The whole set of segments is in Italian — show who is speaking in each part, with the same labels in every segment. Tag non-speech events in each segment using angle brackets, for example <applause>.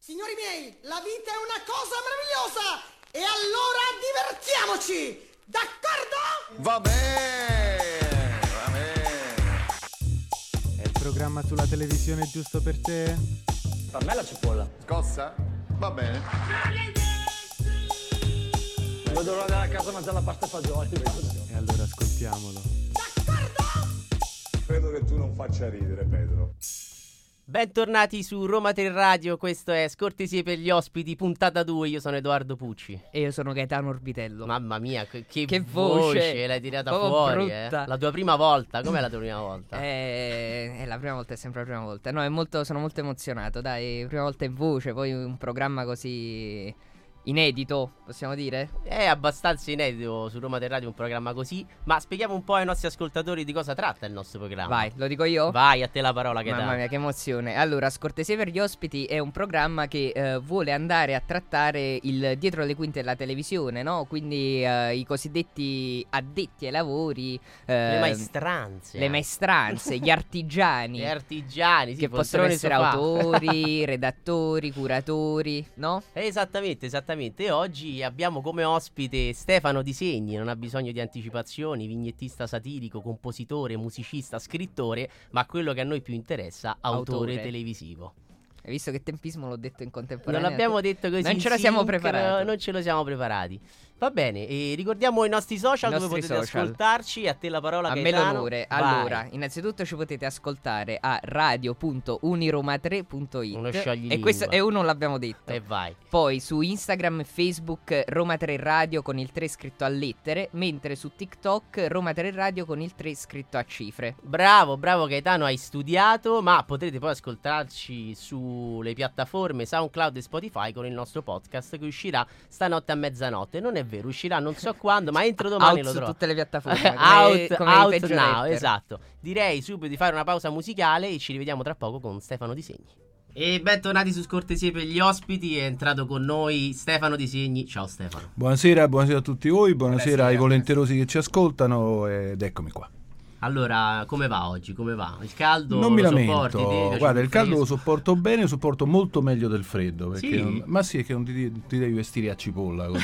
Speaker 1: Signori miei, la vita è una cosa meravigliosa! E allora divertiamoci! D'accordo?
Speaker 2: Va bene, va bene.
Speaker 3: È il programma sulla televisione giusto per te?
Speaker 4: A me la cipolla.
Speaker 2: Scossa? Va bene.
Speaker 4: Lo dovrò andare a casa a mangiare la pasta e fagioli.
Speaker 3: E allora ascoltiamolo.
Speaker 5: Credo che tu non faccia ridere, Pedro.
Speaker 6: Bentornati su Roma 3 Radio, questo è Scortesie per gli ospiti, puntata 2, io sono Edoardo Pucci.
Speaker 7: E io sono Gaetano Orbitello.
Speaker 6: Mamma mia, che,
Speaker 7: Che
Speaker 6: voce.
Speaker 7: voce.
Speaker 6: l'hai tirata
Speaker 7: Proprio
Speaker 6: fuori, eh.
Speaker 7: brutta.
Speaker 6: La tua prima volta, com'è la tua prima volta?
Speaker 7: Eh, È, la prima volta, è sempre la prima volta. No, è molto- sono molto emozionato. Dai, prima volta in voce, poi un programma così inedito, possiamo dire?
Speaker 6: È abbastanza inedito su Roma 3 Radio un programma così, ma spieghiamo un po' ai nostri ascoltatori di cosa tratta il nostro programma.
Speaker 7: Vai, lo dico io?
Speaker 6: Vai, a te la parola che
Speaker 7: Mamma mia, che emozione. Allora, Scortesia per gli ospiti è un programma che eh, vuole andare a trattare il dietro le quinte della televisione, no? Quindi eh, i cosiddetti addetti ai lavori,
Speaker 6: Le
Speaker 7: eh,
Speaker 6: maestranze. Eh,
Speaker 7: le
Speaker 6: <laughs>
Speaker 7: maestranze, gli
Speaker 6: Gli
Speaker 7: artigiani.
Speaker 6: artigiani, sì,
Speaker 7: che possono
Speaker 6: poltrone
Speaker 7: essere
Speaker 6: sofà. <laughs>
Speaker 7: autori, redattori, curatori, no?
Speaker 6: Esattamente, esattamente. E oggi abbiamo come ospite Stefano Di Segni, non ha bisogno di anticipazioni, vignettista satirico, compositore, musicista, scrittore, ma quello che a noi più interessa, autore,
Speaker 7: Autore.
Speaker 6: televisivo.
Speaker 7: Hai visto che tempismo l'ho detto in
Speaker 6: Non
Speaker 7: contemporanea?
Speaker 6: l'abbiamo detto così.
Speaker 7: Non
Speaker 6: in
Speaker 7: ce la siamo
Speaker 6: sincrono,
Speaker 7: preparati.
Speaker 6: Non ce lo siamo preparati. Va bene, e ricordiamo i nostri social
Speaker 7: I
Speaker 6: dove
Speaker 7: nostri
Speaker 6: potete
Speaker 7: social.
Speaker 6: ascoltarci. A te la parola
Speaker 7: A me
Speaker 6: Gaetano.
Speaker 7: l'onore.
Speaker 6: Vai.
Speaker 7: Allora, innanzitutto ci potete ascoltare a radio.uniroma3.it.
Speaker 6: Uno Eh. scioglilingua.
Speaker 7: E questo e uno l'abbiamo detto.
Speaker 6: E vai.
Speaker 7: Poi su Instagram e Facebook Roma 3 Radio con il 3 scritto a lettere, mentre su TikTok Roma 3 Radio con il 3 scritto a cifre.
Speaker 6: Bravo, bravo Gaetano, hai studiato, ma potrete poi ascoltarci sulle piattaforme SoundCloud e Spotify con il nostro podcast che uscirà stanotte a mezzanotte. Non è vero, uscirà non so quando, ma entro domani
Speaker 7: Out
Speaker 6: lo
Speaker 7: su
Speaker 6: trovo.
Speaker 7: tutte
Speaker 6: <laughs>
Speaker 7: le piattaforme. come-
Speaker 6: out
Speaker 7: come
Speaker 6: out
Speaker 7: i peggio
Speaker 6: now,
Speaker 7: rapper.
Speaker 6: esatto. Direi subito di fare una pausa musicale e ci rivediamo tra poco con Stefano Disegni. E bentornati su Scortesie per gli ospiti, è entrato con noi Stefano Disegni. Ciao Stefano.
Speaker 8: Buonasera, buonasera a tutti voi, buonasera, ai volenterosi che ci ascoltano ed eccomi qua.
Speaker 6: Allora, come va oggi? Come va? Il caldo
Speaker 8: non mi
Speaker 6: lo
Speaker 8: lamento,
Speaker 6: sopporti? Ti piace
Speaker 8: guarda il caldo lo
Speaker 6: fresco?
Speaker 8: sopporto bene, lo sopporto molto meglio del freddo, perché
Speaker 6: Sì?
Speaker 8: non- ma sì è che non ti, ti devi vestire a cipolla
Speaker 6: <laughs>
Speaker 8: con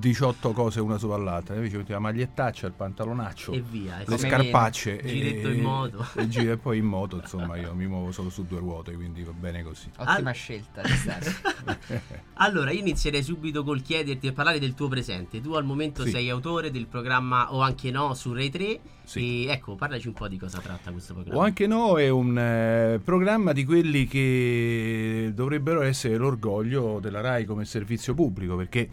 Speaker 8: 18 cose una sopra l'altra, invece metti la magliettaccia, il pantalonaccio,
Speaker 6: E via,
Speaker 8: le
Speaker 6: esatto.
Speaker 8: scarpacce,
Speaker 6: Il giretto in moto.
Speaker 8: e, gira- e poi in
Speaker 6: <laughs>
Speaker 8: moto, insomma io mi muovo solo su due ruote, quindi va bene così.
Speaker 7: Ottima
Speaker 6: Al-
Speaker 7: scelta di stare.
Speaker 6: <laughs> allora, io inizierei subito col chiederti e parlare del tuo presente. Tu al momento
Speaker 8: Sì.
Speaker 6: sei autore del programma O anche no su Rai 3.
Speaker 8: Sì.
Speaker 6: E ecco, parlaci un po' di cosa tratta questo
Speaker 8: O
Speaker 6: programma.
Speaker 8: anche no, è un eh, programma di quelli che dovrebbero essere l'orgoglio della RAI come servizio pubblico, perché,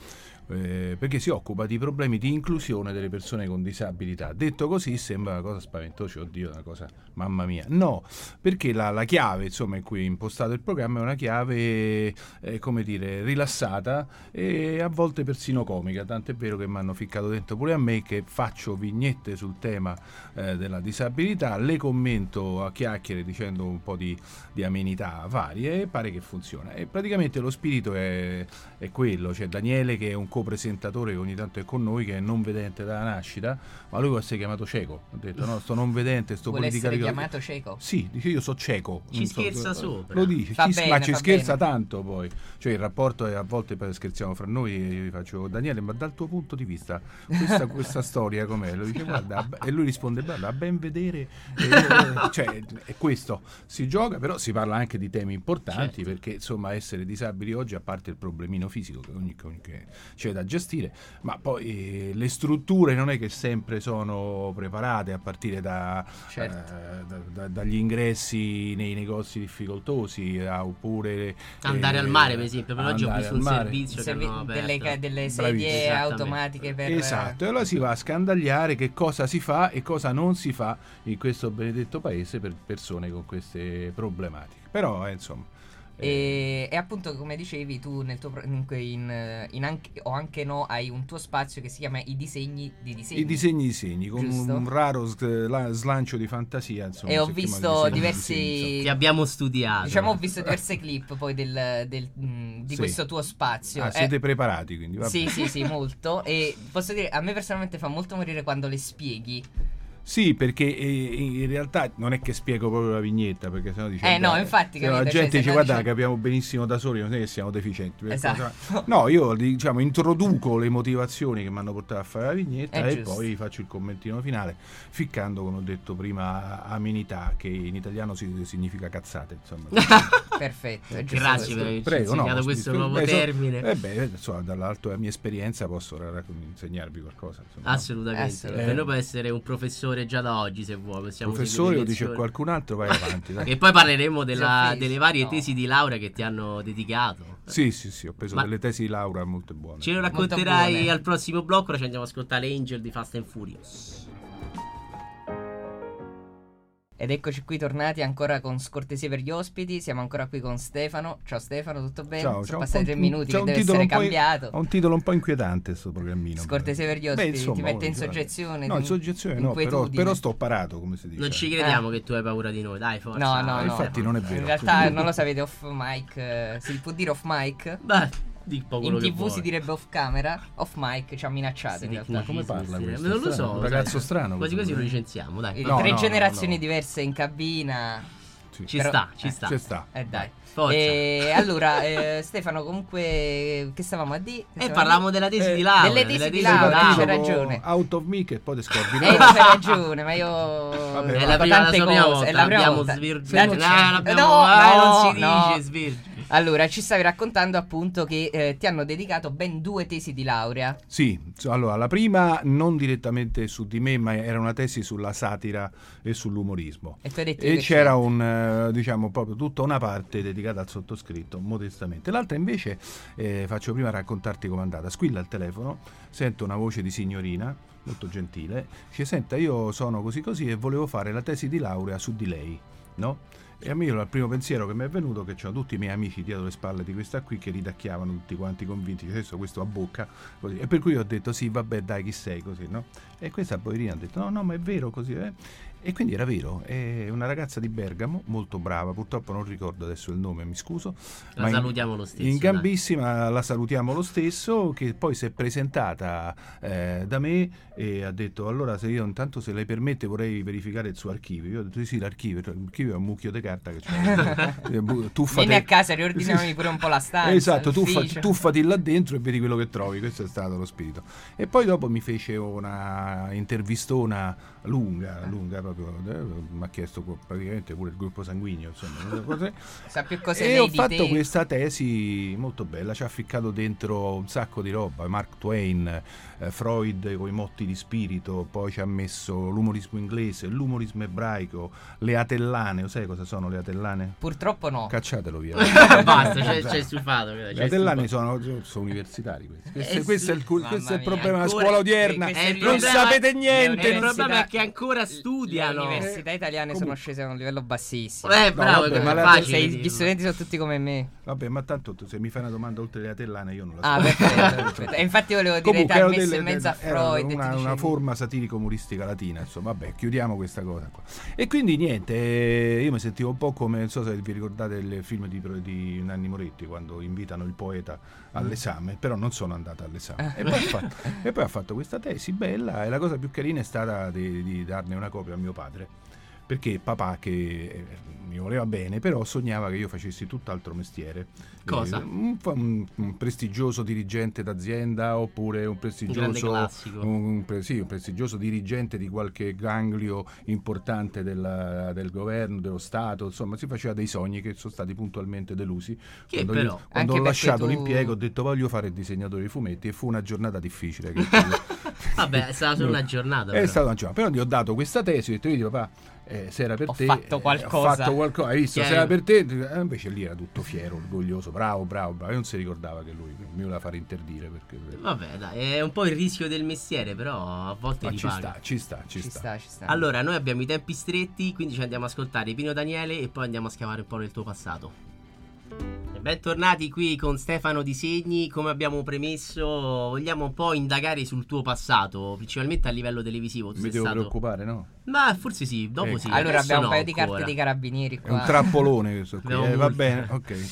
Speaker 8: eh, perché si occupa di problemi di inclusione delle persone con disabilità. Detto così sembra una cosa spaventosa, oddio, una cosa, mamma mia. No, perché la, la chiave insomma, in cui è impostato il programma è una chiave, eh, come dire, rilassata e a volte persino comica, tant'è vero che mi hanno ficcato dentro pure a me che faccio vignette sul tema eh, della disabilità, le commento a chiacchiere dicendo un po' di, di amenità varie e pare che funziona. E praticamente lo spirito è, è quello, c'è Daniele che è un co-presentatore che ogni tanto è con noi, che è non vedente dalla nascita, ma lui vuole essere chiamato cieco, ho detto no, sto non vedente, sto
Speaker 7: Vuole essere
Speaker 8: politicamente...
Speaker 7: chiamato cieco.
Speaker 8: Sì, dice io so cieco.
Speaker 6: Ci
Speaker 8: non so-
Speaker 6: scherza sopra.
Speaker 8: Lo dice,
Speaker 7: Fa
Speaker 8: ci-
Speaker 7: bene,
Speaker 8: ma ci
Speaker 7: fa
Speaker 8: scherza
Speaker 7: bene.
Speaker 8: tanto poi. Cioè il rapporto è a volte poi scherziamo fra noi e io gli faccio Daniele, ma dal tuo punto di vista questa,
Speaker 7: <laughs>
Speaker 8: questa storia com'è? Lui dice, "Guarda", a- e lui risponde guarda, a ben vedere. e
Speaker 7: <laughs>
Speaker 8: io- cioè è questo, si gioca però si parla anche di temi importanti
Speaker 6: Certo.
Speaker 8: perché insomma essere disabili oggi a parte il problemino fisico che, ogni, che ogni- che c'è da gestire, ma poi eh, le strutture non è che sempre sono preparate a partire da
Speaker 7: Certo.
Speaker 8: eh, da- da- dagli ingressi nei negozi difficoltosi ah, oppure
Speaker 6: Andare
Speaker 8: eh,
Speaker 6: al mare, per esempio. Per oggi ho
Speaker 8: andare
Speaker 6: visto
Speaker 8: al
Speaker 6: un
Speaker 8: mare.
Speaker 6: servizio che
Speaker 7: Serve-
Speaker 6: hanno Cioè, aperto.
Speaker 7: delle, ca- delle
Speaker 8: Bravissimo.
Speaker 7: sedie
Speaker 6: Esattamente.
Speaker 7: automatiche per
Speaker 8: Esatto, e allora
Speaker 6: eh,
Speaker 8: si va a scandagliare che cosa si fa e cosa non si fa in questo benedetto paese per persone con queste problematiche. Però, eh, insomma, eh,
Speaker 7: E, e appunto, come dicevi, tu nel tuo pro- in, in- in anche, o anche no, hai un tuo spazio che si chiama I disegni di disegni.
Speaker 8: i disegni di segni, con
Speaker 7: Giusto.
Speaker 8: un raro s- eh, la- slancio di fantasia. Insomma,
Speaker 7: e ho
Speaker 8: si chiama
Speaker 7: visto
Speaker 8: disegni di segni, insomma.
Speaker 7: diversi.
Speaker 6: Ti abbiamo studiato.
Speaker 7: Diciamo, ho visto diverse clip poi del, del- mh, di
Speaker 8: Sì.
Speaker 7: questo tuo spazio.
Speaker 8: Ah,
Speaker 7: Eh,
Speaker 8: siete preparati quindi? va
Speaker 7: sì,
Speaker 8: bene.
Speaker 7: sì, sì, molto. E posso dire, a me personalmente fa molto morire quando le spieghi.
Speaker 8: Sì, perché eh, in realtà non è che spiego proprio la vignetta, perché sennò dice...
Speaker 7: Eh, no, infatti,
Speaker 8: sennò la
Speaker 7: capito, cioè,
Speaker 8: gente
Speaker 7: se
Speaker 8: dice,
Speaker 7: no
Speaker 8: guarda,
Speaker 7: dice-
Speaker 8: capiamo benissimo da soli, non è che siamo deficienti. per
Speaker 7: Esatto.
Speaker 8: cosa- No, io diciamo introduco le motivazioni che mi hanno portato a fare la vignetta
Speaker 7: È
Speaker 8: e
Speaker 7: giusto.
Speaker 8: poi faccio il commentino finale, ficcando, come ho detto prima, amenità, che in italiano si- significa cazzate,
Speaker 7: <laughs>
Speaker 8: insomma.
Speaker 7: Perfetto. è giusto
Speaker 6: Grazie
Speaker 7: così.
Speaker 6: per averci
Speaker 8: Prego, no,
Speaker 6: insegnato
Speaker 8: scusi,
Speaker 6: questo
Speaker 8: scusi,
Speaker 6: nuovo
Speaker 8: beh, so-
Speaker 6: termine.
Speaker 8: Eh beh, insomma, dall'alto della mia esperienza posso ra- ra- insegnarvi qualcosa. insomma.
Speaker 6: Assolutamente.
Speaker 7: Assolutamente.
Speaker 6: Per noi può essere un professore già da oggi, se vuoi. Possiamo
Speaker 8: Professore o
Speaker 6: seguire
Speaker 8: dice
Speaker 6: lezioni.
Speaker 8: qualcun altro, vai
Speaker 7: <laughs>
Speaker 8: avanti. dai.
Speaker 6: E poi parleremo della-
Speaker 7: Soffristi,
Speaker 6: delle varie
Speaker 7: no.
Speaker 6: tesi di laurea che ti hanno dedicato.
Speaker 8: Sì, sì, sì, ho preso
Speaker 6: Ma-
Speaker 8: delle tesi di Laura molto buone.
Speaker 6: Ce lo
Speaker 7: Molto
Speaker 6: racconterai
Speaker 7: buone.
Speaker 6: al prossimo blocco, ora ci andiamo ad ascoltare Angel di Fast and Furious.
Speaker 7: Ed eccoci qui tornati ancora con scortesie per gli ospiti. Siamo ancora qui con Stefano. Ciao Stefano, tutto bene?
Speaker 8: Ciao,
Speaker 7: Sono
Speaker 8: c'ha un
Speaker 7: passati
Speaker 8: po'
Speaker 7: tre
Speaker 8: un-
Speaker 7: minuti
Speaker 8: c'ha
Speaker 7: che
Speaker 8: un
Speaker 7: deve
Speaker 8: titolo
Speaker 7: essere
Speaker 8: un po' in-
Speaker 7: cambiato.
Speaker 8: Ha un titolo un po' inquietante sto programmino.
Speaker 7: Scortesia per gli ospiti, ti mette in
Speaker 8: voglio dire,
Speaker 7: soggezione,
Speaker 8: No, in
Speaker 7: ti-
Speaker 8: soggezione no, però,
Speaker 7: inquietudine.
Speaker 8: però sto parato, come si dice.
Speaker 6: Non ci crediamo che tu hai paura di noi, dai, forza.
Speaker 7: Eh. No, no,
Speaker 8: Ah,
Speaker 7: no.
Speaker 8: certo. infatti non è vero.
Speaker 7: In realtà non lo sapete, off mic. eh, si può dire off mic?
Speaker 6: Beh, di poco
Speaker 7: In
Speaker 6: quello che
Speaker 7: tv si
Speaker 6: vuoi.
Speaker 7: direbbe off camera, off mic ci ha minacciato
Speaker 6: Sti
Speaker 7: in realtà.
Speaker 6: tecnicismi,
Speaker 8: Come parla
Speaker 6: sti-
Speaker 8: questo?
Speaker 6: Non lo so.
Speaker 8: Strano, un
Speaker 6: sai.
Speaker 8: ragazzo strano
Speaker 6: Quasi
Speaker 8: questo.
Speaker 6: quasi lo licenziamo, dai.
Speaker 7: Eh,
Speaker 8: No,
Speaker 7: tre
Speaker 8: no,
Speaker 7: generazioni
Speaker 8: no.
Speaker 7: diverse in cabina.
Speaker 8: Sì.
Speaker 6: Ci
Speaker 7: però-
Speaker 6: sta,
Speaker 7: eh,
Speaker 6: ci sta.
Speaker 8: Ci sta.
Speaker 7: Eh dai.
Speaker 6: Forza.
Speaker 7: E allora, eh, Stefano, comunque, che stavamo a dire? Che
Speaker 6: Eh,
Speaker 7: stavamo
Speaker 6: parlavamo
Speaker 7: a
Speaker 6: della tesi
Speaker 8: Eh,
Speaker 6: di laurea.
Speaker 7: delle tesi
Speaker 6: della
Speaker 7: di
Speaker 8: Sei
Speaker 7: Laura,
Speaker 8: partito
Speaker 7: c'è
Speaker 8: con
Speaker 7: ragione.
Speaker 8: Out of me che poi ti scordi.
Speaker 7: dire? Eh, c'hai ragione, ma io.
Speaker 8: Vabbè,
Speaker 6: È
Speaker 8: Eh,
Speaker 7: ho
Speaker 6: la prima,
Speaker 7: fatto
Speaker 6: la
Speaker 7: tante
Speaker 6: sua prima
Speaker 7: cose,
Speaker 6: volta.
Speaker 7: è la prima
Speaker 6: Abbiamo
Speaker 7: volta.
Speaker 6: svirginato.
Speaker 7: Sì,
Speaker 6: No, l'abbiamo-
Speaker 7: no,
Speaker 6: ah,
Speaker 7: no,
Speaker 6: non si
Speaker 7: no.
Speaker 6: dice
Speaker 7: <laughs>
Speaker 6: svirginato.
Speaker 7: Allora, ci stavi raccontando appunto che eh, ti hanno dedicato ben due tesi di laurea.
Speaker 8: Sì, so- allora la prima non direttamente su di me, ma era una tesi sulla satira e sull'umorismo.
Speaker 7: E tu hai detto
Speaker 8: E
Speaker 7: che
Speaker 8: c'era
Speaker 7: c'è.
Speaker 8: un, eh, diciamo, proprio tutta una parte dedicata al sottoscritto, modestamente. L'altra invece, eh, faccio prima raccontarti com'è andata. Squilla il telefono, sento una voce di signorina, molto gentile, dice, senta, io sono così così e volevo fare la tesi di laurea su di lei, no? E a me il primo pensiero che mi è venuto è che c'erano tutti i miei amici dietro le spalle di questa qui che ridacchiavano tutti quanti convinti, dice, adesso questo a bocca, così. E per cui ho detto, sì, vabbè, dai, chi sei, così, no? E questa poverina ha detto, no, no, ma è vero, così, eh? E quindi era vero, è una ragazza di Bergamo, molto brava, purtroppo non ricordo adesso il nome, mi scuso.
Speaker 6: La
Speaker 8: in-
Speaker 6: salutiamo lo stesso,
Speaker 8: In
Speaker 6: dai.
Speaker 8: gambissima la salutiamo lo stesso, che poi si è presentata eh, da me e ha detto allora se io intanto se lei permette vorrei verificare il suo archivio. Io ho detto sì, sì, l'archivio, cioè, l'archivio è un mucchio di carta
Speaker 7: <laughs>
Speaker 8: che c'è. Eh, tuffati.
Speaker 7: Vieni a casa, riordiniamomi pure un po' la stanza,
Speaker 8: Esatto, tuffa-
Speaker 7: l'ufficio.
Speaker 8: tuffati là dentro e vedi quello che trovi, questo è stato lo spirito. E poi dopo mi fece una intervistona lunga, lunga proprio, eh, mi ha chiesto co- praticamente pure il gruppo sanguigno, insomma.
Speaker 7: <laughs>
Speaker 8: cose.
Speaker 7: Sa più cose
Speaker 8: e
Speaker 7: lei
Speaker 8: ho
Speaker 7: di
Speaker 8: fatto
Speaker 7: te.
Speaker 8: questa tesi molto bella, ci ha ficcato dentro un sacco di roba, Mark Twain, eh, Freud con i motti di spirito, poi ci ha messo l'umorismo inglese, l'umorismo ebraico, le atellane, lo sai cosa sono le atellane?
Speaker 7: Purtroppo no.
Speaker 8: Cacciatelo via.
Speaker 6: Basta, c'è, c'è stufato. c'è
Speaker 8: Le Atellani
Speaker 6: stufato.
Speaker 8: sono, sono universitari questi. Questo,
Speaker 6: Eh
Speaker 8: questo è il, cul-
Speaker 7: sì.
Speaker 8: questo è il
Speaker 7: Mamma mia,
Speaker 8: problema della
Speaker 7: ancora-
Speaker 8: scuola odierna.
Speaker 7: sì, questo
Speaker 6: è il
Speaker 8: non
Speaker 6: problema-
Speaker 8: sapete
Speaker 6: Eh, Il
Speaker 8: niente.
Speaker 7: Università-
Speaker 6: problema è che ancora
Speaker 7: Le
Speaker 6: studiano. Eh,
Speaker 7: università italiane sono scese a un livello bassissimo.
Speaker 6: bravo,
Speaker 8: vabbè,
Speaker 6: è
Speaker 8: ma la-
Speaker 6: facile.
Speaker 7: Sei-
Speaker 6: dirlo.
Speaker 7: gli studenti sono tutti come me.
Speaker 8: Vabbè, ma tanto tu- se mi fai una domanda oltre le Atellane io non la so. <laughs>
Speaker 7: Ah, perfetto, perfetto. E infatti volevo dire,
Speaker 8: Comunque
Speaker 7: t'ha
Speaker 8: erano
Speaker 7: messo
Speaker 8: delle-
Speaker 7: in mezzo a
Speaker 8: erano
Speaker 7: Freud. e ti
Speaker 8: Una,
Speaker 7: dicevi-
Speaker 8: una forma satirico-umoristica latina, insomma, vabbè, chiudiamo questa cosa qua. E quindi niente, eh, io mi sentivo un po' come, non so se vi ricordate il film di, di Nanni Moretti, quando invitano il poeta all'esame, però non sono andato all'esame. E poi, ha fatto, e poi ha fatto questa tesi bella e la cosa più carina è stata di, di darne una copia a mio padre. Perché papà, che eh, mi voleva bene, però sognava che io facessi tutt'altro mestiere.
Speaker 6: Cosa?
Speaker 8: Eh, Un, fa- un- un prestigioso dirigente d'azienda oppure un prestigioso
Speaker 6: classico.
Speaker 8: un, pre- sì, un prestigioso dirigente di qualche ganglio importante della- del governo, dello Stato, insomma si faceva dei sogni che sono stati puntualmente delusi.
Speaker 6: Che
Speaker 8: quando
Speaker 6: però-
Speaker 8: io- quando
Speaker 7: Anche
Speaker 8: ho lasciato
Speaker 7: perché tu-
Speaker 8: l'impiego ho detto voglio fare il disegnatore di fumetti e fu una giornata
Speaker 6: <laughs>
Speaker 8: difficile. che-
Speaker 6: Vabbè, è stata solo una giornata.
Speaker 8: È
Speaker 6: però.
Speaker 8: stata una giornata, però gli ho dato questa tesi, ho detto vedi papà, eh, se era per
Speaker 7: Ho
Speaker 8: te...
Speaker 7: fatto
Speaker 8: eh,
Speaker 7: qualcosa."
Speaker 8: Ho fatto qualcosa, hai visto, se
Speaker 6: Chiaro.
Speaker 8: era per te... eh, invece lì era tutto fiero, orgoglioso, bravo, bravo, bravo, e non si ricordava che lui mi voleva fare interdire perché...
Speaker 6: Vabbè, dai, è un po' il rischio del mestiere, però a volte
Speaker 8: Ma
Speaker 6: ti
Speaker 8: Ah, ci
Speaker 6: paga.
Speaker 8: sta, ci sta, ci
Speaker 7: Ci
Speaker 8: sta.
Speaker 7: sta, ci sta.
Speaker 6: Allora, noi abbiamo i tempi stretti, quindi ci andiamo a ascoltare Pino Daniele e poi andiamo a scavare un po' nel tuo passato. E Bentornati qui con Stefano Disegni, come abbiamo premesso vogliamo un po' indagare sul tuo passato, principalmente a livello televisivo. Tu
Speaker 8: Mi
Speaker 6: sei
Speaker 8: devo
Speaker 6: stato...
Speaker 8: preoccupare, no?
Speaker 6: Ma forse sì, dopo
Speaker 8: Ecco.
Speaker 6: sì.
Speaker 7: Allora
Speaker 6: adesso
Speaker 7: abbiamo un
Speaker 6: no
Speaker 7: paio di carte
Speaker 6: ancora.
Speaker 7: dei carabinieri
Speaker 8: È
Speaker 7: qua.
Speaker 8: un trappolone questo qui.
Speaker 6: Abbiamo
Speaker 8: eh, va
Speaker 6: molte.
Speaker 8: bene, ok.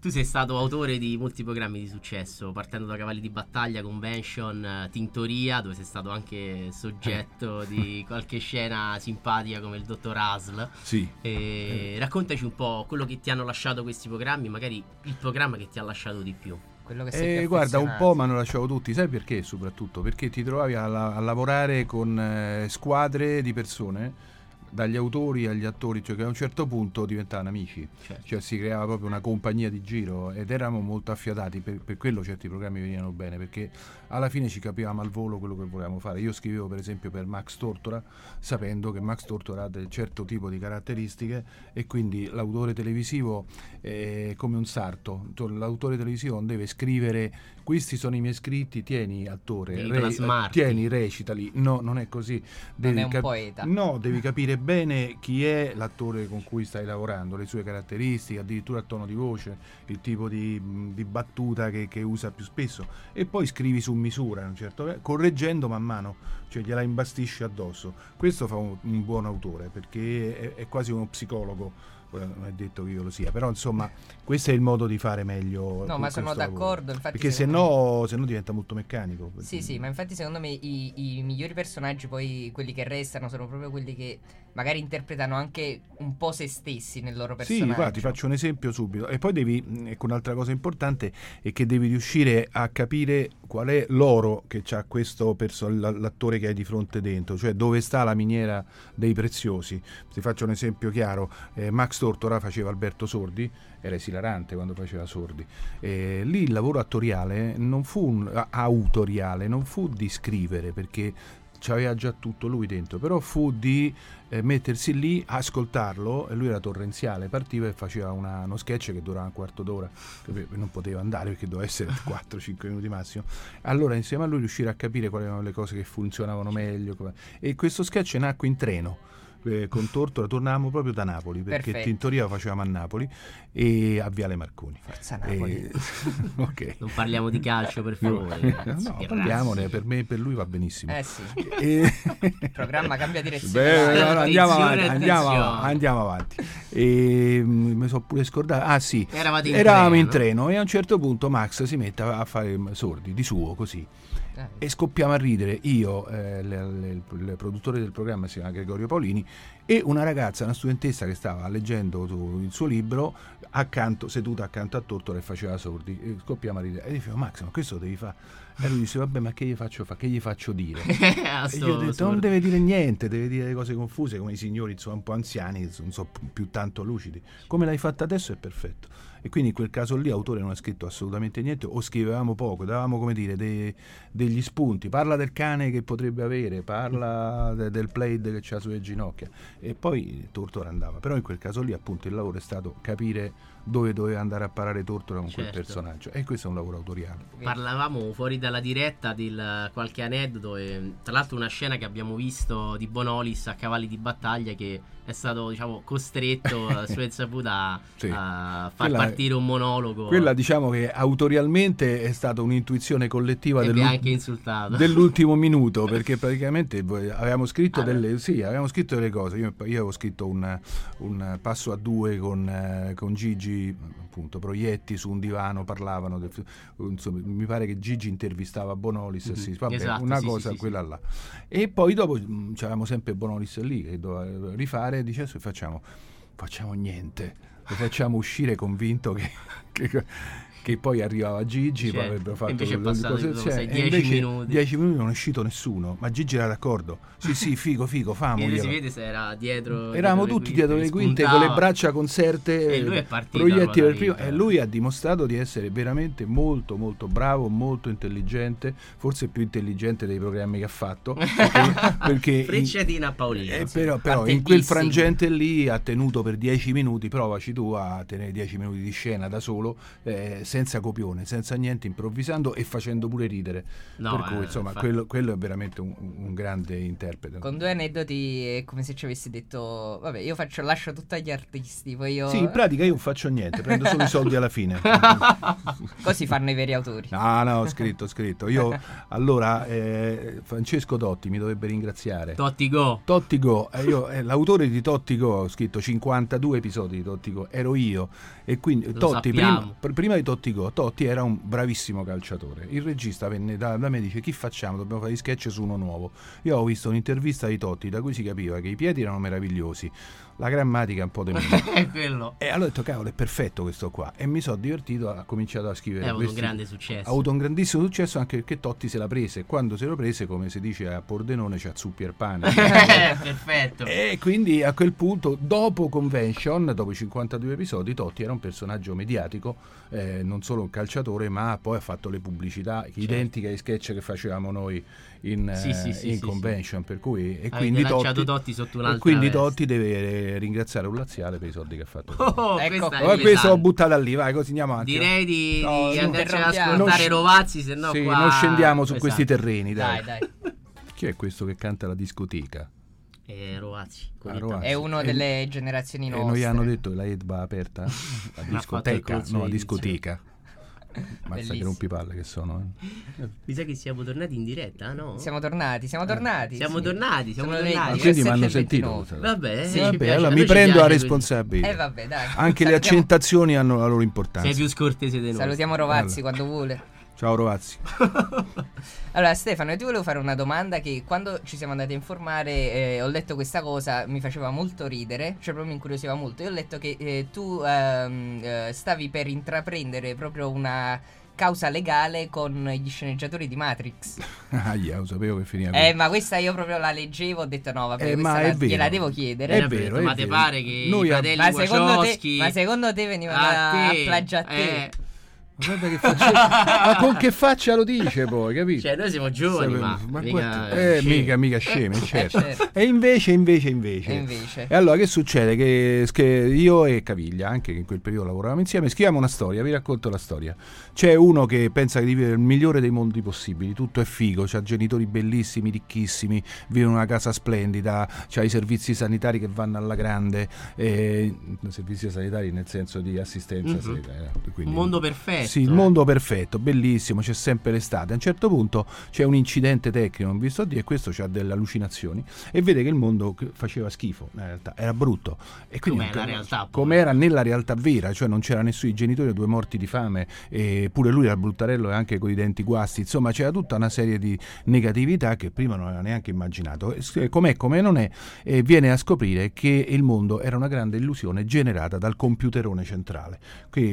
Speaker 6: Tu sei stato autore di molti programmi di successo, partendo da Cavalli di Battaglia, Convention, eh, Tintoria, dove sei stato anche
Speaker 8: Eh.
Speaker 6: soggetto
Speaker 8: <laughs>
Speaker 6: di qualche scena simpatica come il dottor Asl.
Speaker 8: Sì. Eh.
Speaker 6: E raccontaci un po' quello che ti hanno lasciato questi programmi, magari il programma che ti ha lasciato di più.
Speaker 7: Quello che sei
Speaker 8: Eh,
Speaker 7: più
Speaker 8: guarda, un
Speaker 7: affezionato.
Speaker 8: po' ma non lasciavo tutti, sai perché soprattutto? Perché ti trovavi a, la- a lavorare con eh, squadre di persone, dagli autori agli attori, cioè che a un certo punto diventavano amici,
Speaker 6: Certo.
Speaker 8: cioè si creava proprio una compagnia di giro ed eravamo molto affiatati, per, per quello certi programmi venivano bene, perché alla fine ci capivamo al volo quello che volevamo fare. Io scrivevo per esempio per Max Tortora, sapendo che Max Tortora ha del certo tipo di caratteristiche e quindi l'autore televisivo è come un sarto, Tu- l'autore televisivo non deve scrivere questi sono i miei scritti, tieni attore,
Speaker 6: Devi plasmarti.
Speaker 8: tieni recitali, no non è così,
Speaker 7: Non
Speaker 8: Devi
Speaker 7: è un
Speaker 8: cap-
Speaker 7: poeta.
Speaker 8: No, devi capire bene chi è l'attore con cui stai lavorando, le sue caratteristiche, addirittura il tono di voce, il tipo di, di battuta che, che usa più spesso. E poi scrivi su misura, in un certo- correggendo man mano, cioè gliela imbastisci addosso. Questo fa un, un buon autore perché è, è quasi uno psicologo. Ora, Non è detto che io lo sia, però insomma, questo è il modo di fare meglio.
Speaker 7: No, ma
Speaker 8: con
Speaker 7: sono
Speaker 8: questo lavoro.
Speaker 7: d'accordo, infatti
Speaker 8: Perché se
Speaker 7: secondo
Speaker 8: no, se no diventa molto meccanico.
Speaker 7: Sì, sì, ma infatti secondo me i, i migliori personaggi, poi quelli che restano, sono proprio quelli che magari interpretano anche un po' se stessi nel loro
Speaker 8: Sì,
Speaker 7: personaggio.
Speaker 8: guarda, ti faccio un esempio subito. E poi devi, mh, ecco un'altra cosa importante, è che devi riuscire a capire qual è l'oro che c'ha questo perso- l- l'attore che hai di fronte dentro, cioè dove sta la miniera dei preziosi. Ti faccio un esempio chiaro, eh, Max Tortora faceva Alberto Sordi, era esilarante quando faceva Sordi. Eh, lì il lavoro attoriale non fu un, a- autoriale, non fu di scrivere, perché c'aveva già tutto lui dentro, però fu di eh, mettersi lì, ascoltarlo, e lui era torrenziale, partiva e faceva una- uno sketch che durava un quarto d'ora, che non poteva andare perché doveva
Speaker 7: <laughs>
Speaker 8: essere 4-5 minuti massimo. Allora insieme a lui riuscire a capire quali erano le cose che funzionavano meglio come- e questo sketch nacque in treno. eh, con Tortora tornavamo proprio da Napoli perché
Speaker 7: Perfetto.
Speaker 8: Tintoria lo facevamo a Napoli e a Viale Marconi.
Speaker 7: Forza Napoli.
Speaker 8: Eh, <laughs> ok.
Speaker 6: Non parliamo di calcio, per favore. ragazzi,
Speaker 8: <laughs> No,
Speaker 6: che <laughs>
Speaker 8: parliamone,
Speaker 6: razzi.
Speaker 8: per me e per lui va benissimo.
Speaker 7: Eh sì, il
Speaker 8: E-
Speaker 7: programma cambia direzione.
Speaker 8: <laughs> Beh, eh.
Speaker 7: dai.
Speaker 8: no, no, andiamo
Speaker 6: Attenzione,
Speaker 8: avanti, andiamo,
Speaker 6: attenzione.
Speaker 8: avanti, andiamo avanti. E, mm, mi sono pure scordato. Ah, sì,
Speaker 6: Eravate in
Speaker 8: eravamo
Speaker 6: treno.
Speaker 8: in treno e a un certo punto Max si mette a fare mm, sordi di suo così
Speaker 7: Eh,
Speaker 8: e scoppiamo a ridere io, eh, le- le- il, il produttore del programma si chiama Gregorio Paolini e una ragazza, una studentessa che stava leggendo tu- il suo libro accanto, seduta accanto a Tortora e faceva sordi e scoppiamo a ridere e dicevo Max ma questo lo devi fare e lui dice vabbè ma che gli faccio, fa- che gli faccio dire
Speaker 6: Ah,
Speaker 8: e
Speaker 6: sto-
Speaker 8: io ho detto
Speaker 6: sto-
Speaker 8: non deve dire niente deve dire le cose confuse come i signori insomma un po' anziani che non so più tanto lucidi come l'hai fatta adesso è perfetto e quindi in quel caso lì autore non ha scritto assolutamente niente o scrivevamo poco davamo come dire dei- degli spunti parla del cane che potrebbe avere parla de- del plaid che c'ha sulle ginocchia e poi Tortora andava però in quel caso lì appunto il lavoro è stato capire dove doveva andare a parare Tortora con quel
Speaker 6: Certo.
Speaker 8: personaggio e questo è un lavoro autoriale
Speaker 7: Eh,
Speaker 6: Parlavamo fuori dalla diretta di qualche aneddoto e tra l'altro una scena che abbiamo visto di Bonolis a cavalli di battaglia che è stato diciamo costretto
Speaker 8: <laughs>
Speaker 6: a sua insaputa a-
Speaker 8: Sì.
Speaker 6: a far
Speaker 8: Quella-
Speaker 6: partire un monologo
Speaker 8: Quella diciamo che autorialmente è stata un'intuizione collettiva
Speaker 6: che mi
Speaker 8: dell'ul-
Speaker 6: ha anche insultato.
Speaker 8: dell'ultimo minuto perché praticamente voi- avevamo scritto,
Speaker 6: Ah,
Speaker 8: delle, sì, avevamo scritto delle cose. Io, io avevo scritto un, un passo a due con, eh, con Gigi, appunto, proietti su un divano, parlavano. del- insomma, mi pare che Gigi intervistava Bonolis. e si- vabbè,
Speaker 6: Esatto,
Speaker 8: una
Speaker 6: sì, sì,
Speaker 8: cosa,
Speaker 6: sì, sì.
Speaker 8: quella là. E poi dopo mh, c'avevamo sempre Bonolis lì che doveva rifare, dice adesso facciamo, facciamo niente, lo facciamo uscire convinto che... <laughs> che- che poi arrivava Gigi, poi
Speaker 6: Certo.
Speaker 8: avrebbero fatto
Speaker 6: Invece è
Speaker 8: le
Speaker 6: passato,
Speaker 8: cose-
Speaker 6: cosa,
Speaker 8: cioè,
Speaker 6: sei,
Speaker 8: e
Speaker 6: dieci
Speaker 8: invece
Speaker 6: minuti.
Speaker 8: dieci minuti non è uscito nessuno, ma Gigi era d'accordo.
Speaker 6: <laughs>
Speaker 8: Sì, sì, figo, figo,
Speaker 6: Vedi,
Speaker 8: famoglielo.
Speaker 6: si vede se era dietro
Speaker 8: Eravamo
Speaker 6: le
Speaker 8: tutti
Speaker 6: quinte,
Speaker 8: dietro le quinte con le
Speaker 6: spuntava. <laughs>
Speaker 8: braccia concerte,
Speaker 6: E lui è
Speaker 8: eh,
Speaker 6: partito
Speaker 8: proietti per
Speaker 6: allora,
Speaker 8: primo.
Speaker 6: Vito.
Speaker 8: E lui ha dimostrato di essere veramente molto, molto bravo, molto intelligente, forse più intelligente dei programmi che ha fatto.
Speaker 6: <laughs>
Speaker 8: perché, perché in-
Speaker 6: Frecciatina a Paolino.
Speaker 8: eh,
Speaker 6: sì.
Speaker 8: però, però in quel frangente lì ha tenuto per 10 minuti, provaci tu a tenere 10 minuti di scena da solo, eh, senza copione, senza niente, improvvisando e facendo pure ridere.
Speaker 6: No,
Speaker 8: per cui
Speaker 6: eh,
Speaker 8: insomma,
Speaker 6: fa-
Speaker 8: quello, quello è veramente un, un grande interprete.
Speaker 7: Con due aneddoti è come se ci avessi detto, vabbè, io faccio, lascio tutto agli artisti, poi io...
Speaker 8: Sì, in pratica io non faccio niente, prendo solo i soldi alla fine.
Speaker 7: Così fanno i veri autori.
Speaker 8: No, no, ho scritto, ho scritto. Io, allora, eh, Francesco Totti mi dovrebbe ringraziare.
Speaker 6: Totti go. <laughs>
Speaker 8: Totti Go, eh, io, eh, l'autore di Totti Go, ho scritto 52 episodi di Totti Go, ero io. E quindi
Speaker 6: Lo
Speaker 8: Totti,
Speaker 6: sappiamo.
Speaker 8: prima, pr- prima di Totti Go, Totti era un bravissimo calciatore. Il regista venne da, da me e dice: Chi facciamo? Dobbiamo fare gli sketch su uno nuovo. Io ho visto un'intervista di Totti da cui si capiva che i piedi erano meravigliosi, la grammatica un po'
Speaker 6: <laughs>
Speaker 8: di meno.
Speaker 6: È quello.
Speaker 8: E allora ho detto, cavolo, è perfetto questo qua. E mi sono divertito, ho cominciato a scrivere.
Speaker 6: Ha avuto Eh, un
Speaker 8: Eh, questi-
Speaker 6: grande successo.
Speaker 8: Ha avuto un grandissimo successo anche perché Totti se la prese. E quando se lo prese, come si dice a Pordenone, c'ha zuppi al
Speaker 6: <laughs> <laughs>
Speaker 8: pane.
Speaker 6: Perfetto.
Speaker 8: E quindi a quel punto, dopo Convention, dopo 52 episodi, Totti era un personaggio mediatico, eh, non solo un calciatore, ma poi ha fatto le pubblicità identiche ai sketch che facevamo noi in,
Speaker 6: Certo. Sì,
Speaker 8: eh,
Speaker 6: sì, sì,
Speaker 8: in
Speaker 6: sì,
Speaker 8: Convention. Per cui, e quindi
Speaker 6: lanciato
Speaker 8: Totti,
Speaker 6: Totti sotto
Speaker 8: e
Speaker 6: un'altra
Speaker 8: quindi
Speaker 6: veste.
Speaker 8: Totti deve eh, ringraziare un laziale per i soldi che
Speaker 6: <laughs>
Speaker 8: ha fatto.
Speaker 6: Oh,
Speaker 7: Ecco,
Speaker 6: questa è
Speaker 8: Vabbè, questo l'ho
Speaker 6: pesante.
Speaker 8: buttata lì, vai, così andiamo avanti.
Speaker 6: Direi di,
Speaker 8: No,
Speaker 6: di andarci
Speaker 8: no.
Speaker 6: ad
Speaker 7: Interrompiamo.
Speaker 6: ascoltare
Speaker 8: Non sc-
Speaker 6: Rovazzi, se no
Speaker 8: Sì,
Speaker 6: qua...
Speaker 8: non scendiamo su
Speaker 6: Esatto.
Speaker 8: questi terreni, dai.
Speaker 7: Dai, dai.
Speaker 8: Chi è questo che canta la discoteca?
Speaker 6: Eh, Rovazzi.
Speaker 8: Ah, Rovazzi.
Speaker 7: È uno
Speaker 8: E-
Speaker 7: delle generazioni
Speaker 8: E
Speaker 7: nostre.
Speaker 8: non gli eh, hanno detto che la Ed va aperta? La
Speaker 6: fatto il
Speaker 8: discoteca,
Speaker 6: corso
Speaker 8: no, la
Speaker 6: di
Speaker 8: discoteca. Mazza che
Speaker 7: Bellissimo.
Speaker 8: rompipalle che sono. eh.
Speaker 6: Mi sa che siamo tornati in diretta, ah, no?
Speaker 7: Siamo tornati, siamo tornati.
Speaker 6: Siamo
Speaker 7: sì.
Speaker 6: tornati, siamo
Speaker 7: Sono le
Speaker 8: Ma
Speaker 6: tornati.
Speaker 7: diciassette
Speaker 8: Ah, quindi mi hanno
Speaker 7: e
Speaker 8: sentito.
Speaker 7: 29.
Speaker 8: questa cosa.
Speaker 6: Vabbè, eh,
Speaker 7: Sì,
Speaker 6: ci
Speaker 8: Vabbè,
Speaker 6: piace,
Speaker 8: allora
Speaker 6: a
Speaker 8: mi
Speaker 6: noi ci
Speaker 8: prendo la
Speaker 6: piace, quindi.
Speaker 8: responsabilità.
Speaker 7: Eh, vabbè, dai.
Speaker 8: Anche le
Speaker 7: Salutiamo-
Speaker 8: accentazioni hanno la loro
Speaker 6: Sei
Speaker 8: importanza.
Speaker 6: più scortese di noi.
Speaker 7: Salutiamo Rovazzi
Speaker 8: Allora.
Speaker 7: quando vuole.
Speaker 8: Ciao <laughs> Rovazzi.
Speaker 7: Allora, Stefano, io ti volevo fare una domanda che quando ci siamo andati a informare, eh, ho letto questa cosa, mi faceva molto ridere, cioè proprio mi incuriosiva molto. Io ho letto che eh, tu ehm, eh, stavi per intraprendere proprio una causa legale con gli sceneggiatori di Matrix.
Speaker 8: Ah, yeah, lo sapevo che finiva
Speaker 7: Eh,
Speaker 8: così.
Speaker 7: ma questa io proprio la leggevo, ho detto no, vabbè,
Speaker 8: Eh,
Speaker 7: questa
Speaker 8: ma
Speaker 7: la-
Speaker 8: è vero.
Speaker 7: gliela devo
Speaker 8: È
Speaker 7: chiedere.
Speaker 6: Eh,
Speaker 8: vero,
Speaker 6: ma te
Speaker 8: vero.
Speaker 6: pare che
Speaker 8: Noi
Speaker 6: i
Speaker 8: ab-
Speaker 6: fratelli
Speaker 7: Ma secondo, te,
Speaker 6: Wachowski-
Speaker 7: ma secondo te venivano
Speaker 6: A
Speaker 7: a,
Speaker 6: te,
Speaker 7: plagiare a te?
Speaker 6: Ah, eh.
Speaker 8: Guarda che faccia... <laughs> ma con che faccia lo dice poi, capito?
Speaker 6: Cioè, noi siamo giovani,
Speaker 8: Sapevo-
Speaker 6: ma...
Speaker 8: ma
Speaker 6: mica-
Speaker 8: guarda- eh,
Speaker 6: scemi.
Speaker 8: mica, mica scemi, certo.
Speaker 7: certo.
Speaker 8: E invece, invece, invece.
Speaker 7: E invece?
Speaker 8: E allora che succede? Che, che io e Caviglia, anche che in quel periodo lavoravamo insieme, scriviamo una storia, vi racconto la storia. C'è uno che pensa di vivere il migliore dei mondi possibili, tutto è figo, ha genitori bellissimi, ricchissimi, vive in una casa splendida, ha i servizi sanitari che vanno alla grande, eh, servizi sanitari nel senso di assistenza
Speaker 6: Mhm.
Speaker 8: sanitaria, quindi-
Speaker 6: Un mondo perfetto. eh.
Speaker 8: sì, il mondo perfetto, bellissimo, c'è sempre l'estate. A un certo punto c'è un incidente tecnico, non vi sto a dire, e questo ha delle allucinazioni e vede che il mondo che faceva schifo, in realtà era brutto. E quindi
Speaker 6: Com'è la realtà, poi?
Speaker 8: Com'era nella realtà vera, cioè non c'era nessuno, i genitori due morti di fame, e pure lui era bruttarello e anche con i denti guasti, insomma c'era tutta una serie di negatività che prima non aveva neanche immaginato. E s- Com'è, come non è, e viene a scoprire che il mondo era una grande illusione generata dal computerone centrale, che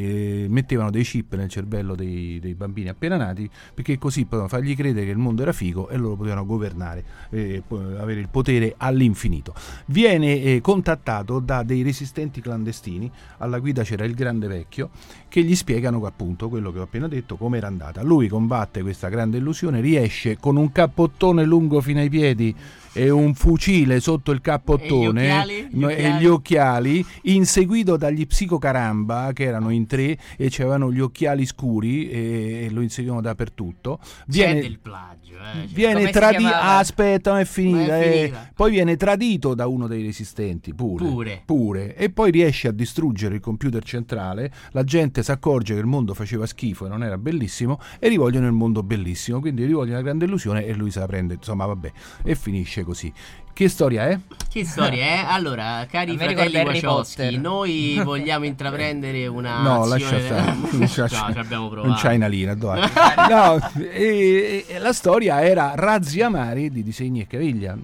Speaker 8: eh, mettevano dei chip nel cervello dei, dei bambini appena nati perché così potevano fargli credere che il mondo era figo e loro potevano governare, eh, po- avere il potere all'infinito. Viene eh, contattato da dei resistenti clandestini, alla guida c'era il grande vecchio, che gli spiegano appunto quello che ho appena detto, come era andata. Lui combatte questa grande illusione, riesce con un cappottone lungo fino ai piedi e un fucile sotto il cappottone
Speaker 6: occhiali? Gli
Speaker 8: no, e
Speaker 6: occhiali?
Speaker 8: gli occhiali, inseguito dagli psicocaramba che erano in tre e c'erano gli occhiali scuri e, e lo inseguivano dappertutto.
Speaker 6: C'è
Speaker 8: Viene,
Speaker 6: del plagio, eh. cioè.
Speaker 8: viene
Speaker 7: Come si
Speaker 8: tradito.
Speaker 7: chiamava?
Speaker 8: aspetta, non è finita.
Speaker 6: Non è
Speaker 8: eh.
Speaker 6: finita.
Speaker 8: Poi viene tradito da uno dei resistenti, pure,
Speaker 6: Pure.
Speaker 8: Pure. E poi riesce a distruggere il computer centrale. La gente si accorge che il mondo faceva schifo e non era bellissimo. E rivogliono il mondo bellissimo. Quindi rivogliono una grande illusione e lui se la prende. Insomma, vabbè. E finisce così. Che storia è?
Speaker 6: Che storia, eh? Allora,
Speaker 8: <laughs>
Speaker 6: cari
Speaker 7: A me
Speaker 6: fratelli
Speaker 7: ricorda Harry
Speaker 6: Wachowski,
Speaker 7: Potter.
Speaker 6: noi vogliamo intraprendere una
Speaker 8: No, lascia
Speaker 6: azione- <laughs>
Speaker 8: stare.
Speaker 6: No,
Speaker 8: Non c'è-
Speaker 6: ci abbiamo provato.
Speaker 8: Non c'hai una linea, dai.
Speaker 6: <laughs>
Speaker 8: No, e- e la storia era Razzi Amari di Disegni e Caviglia,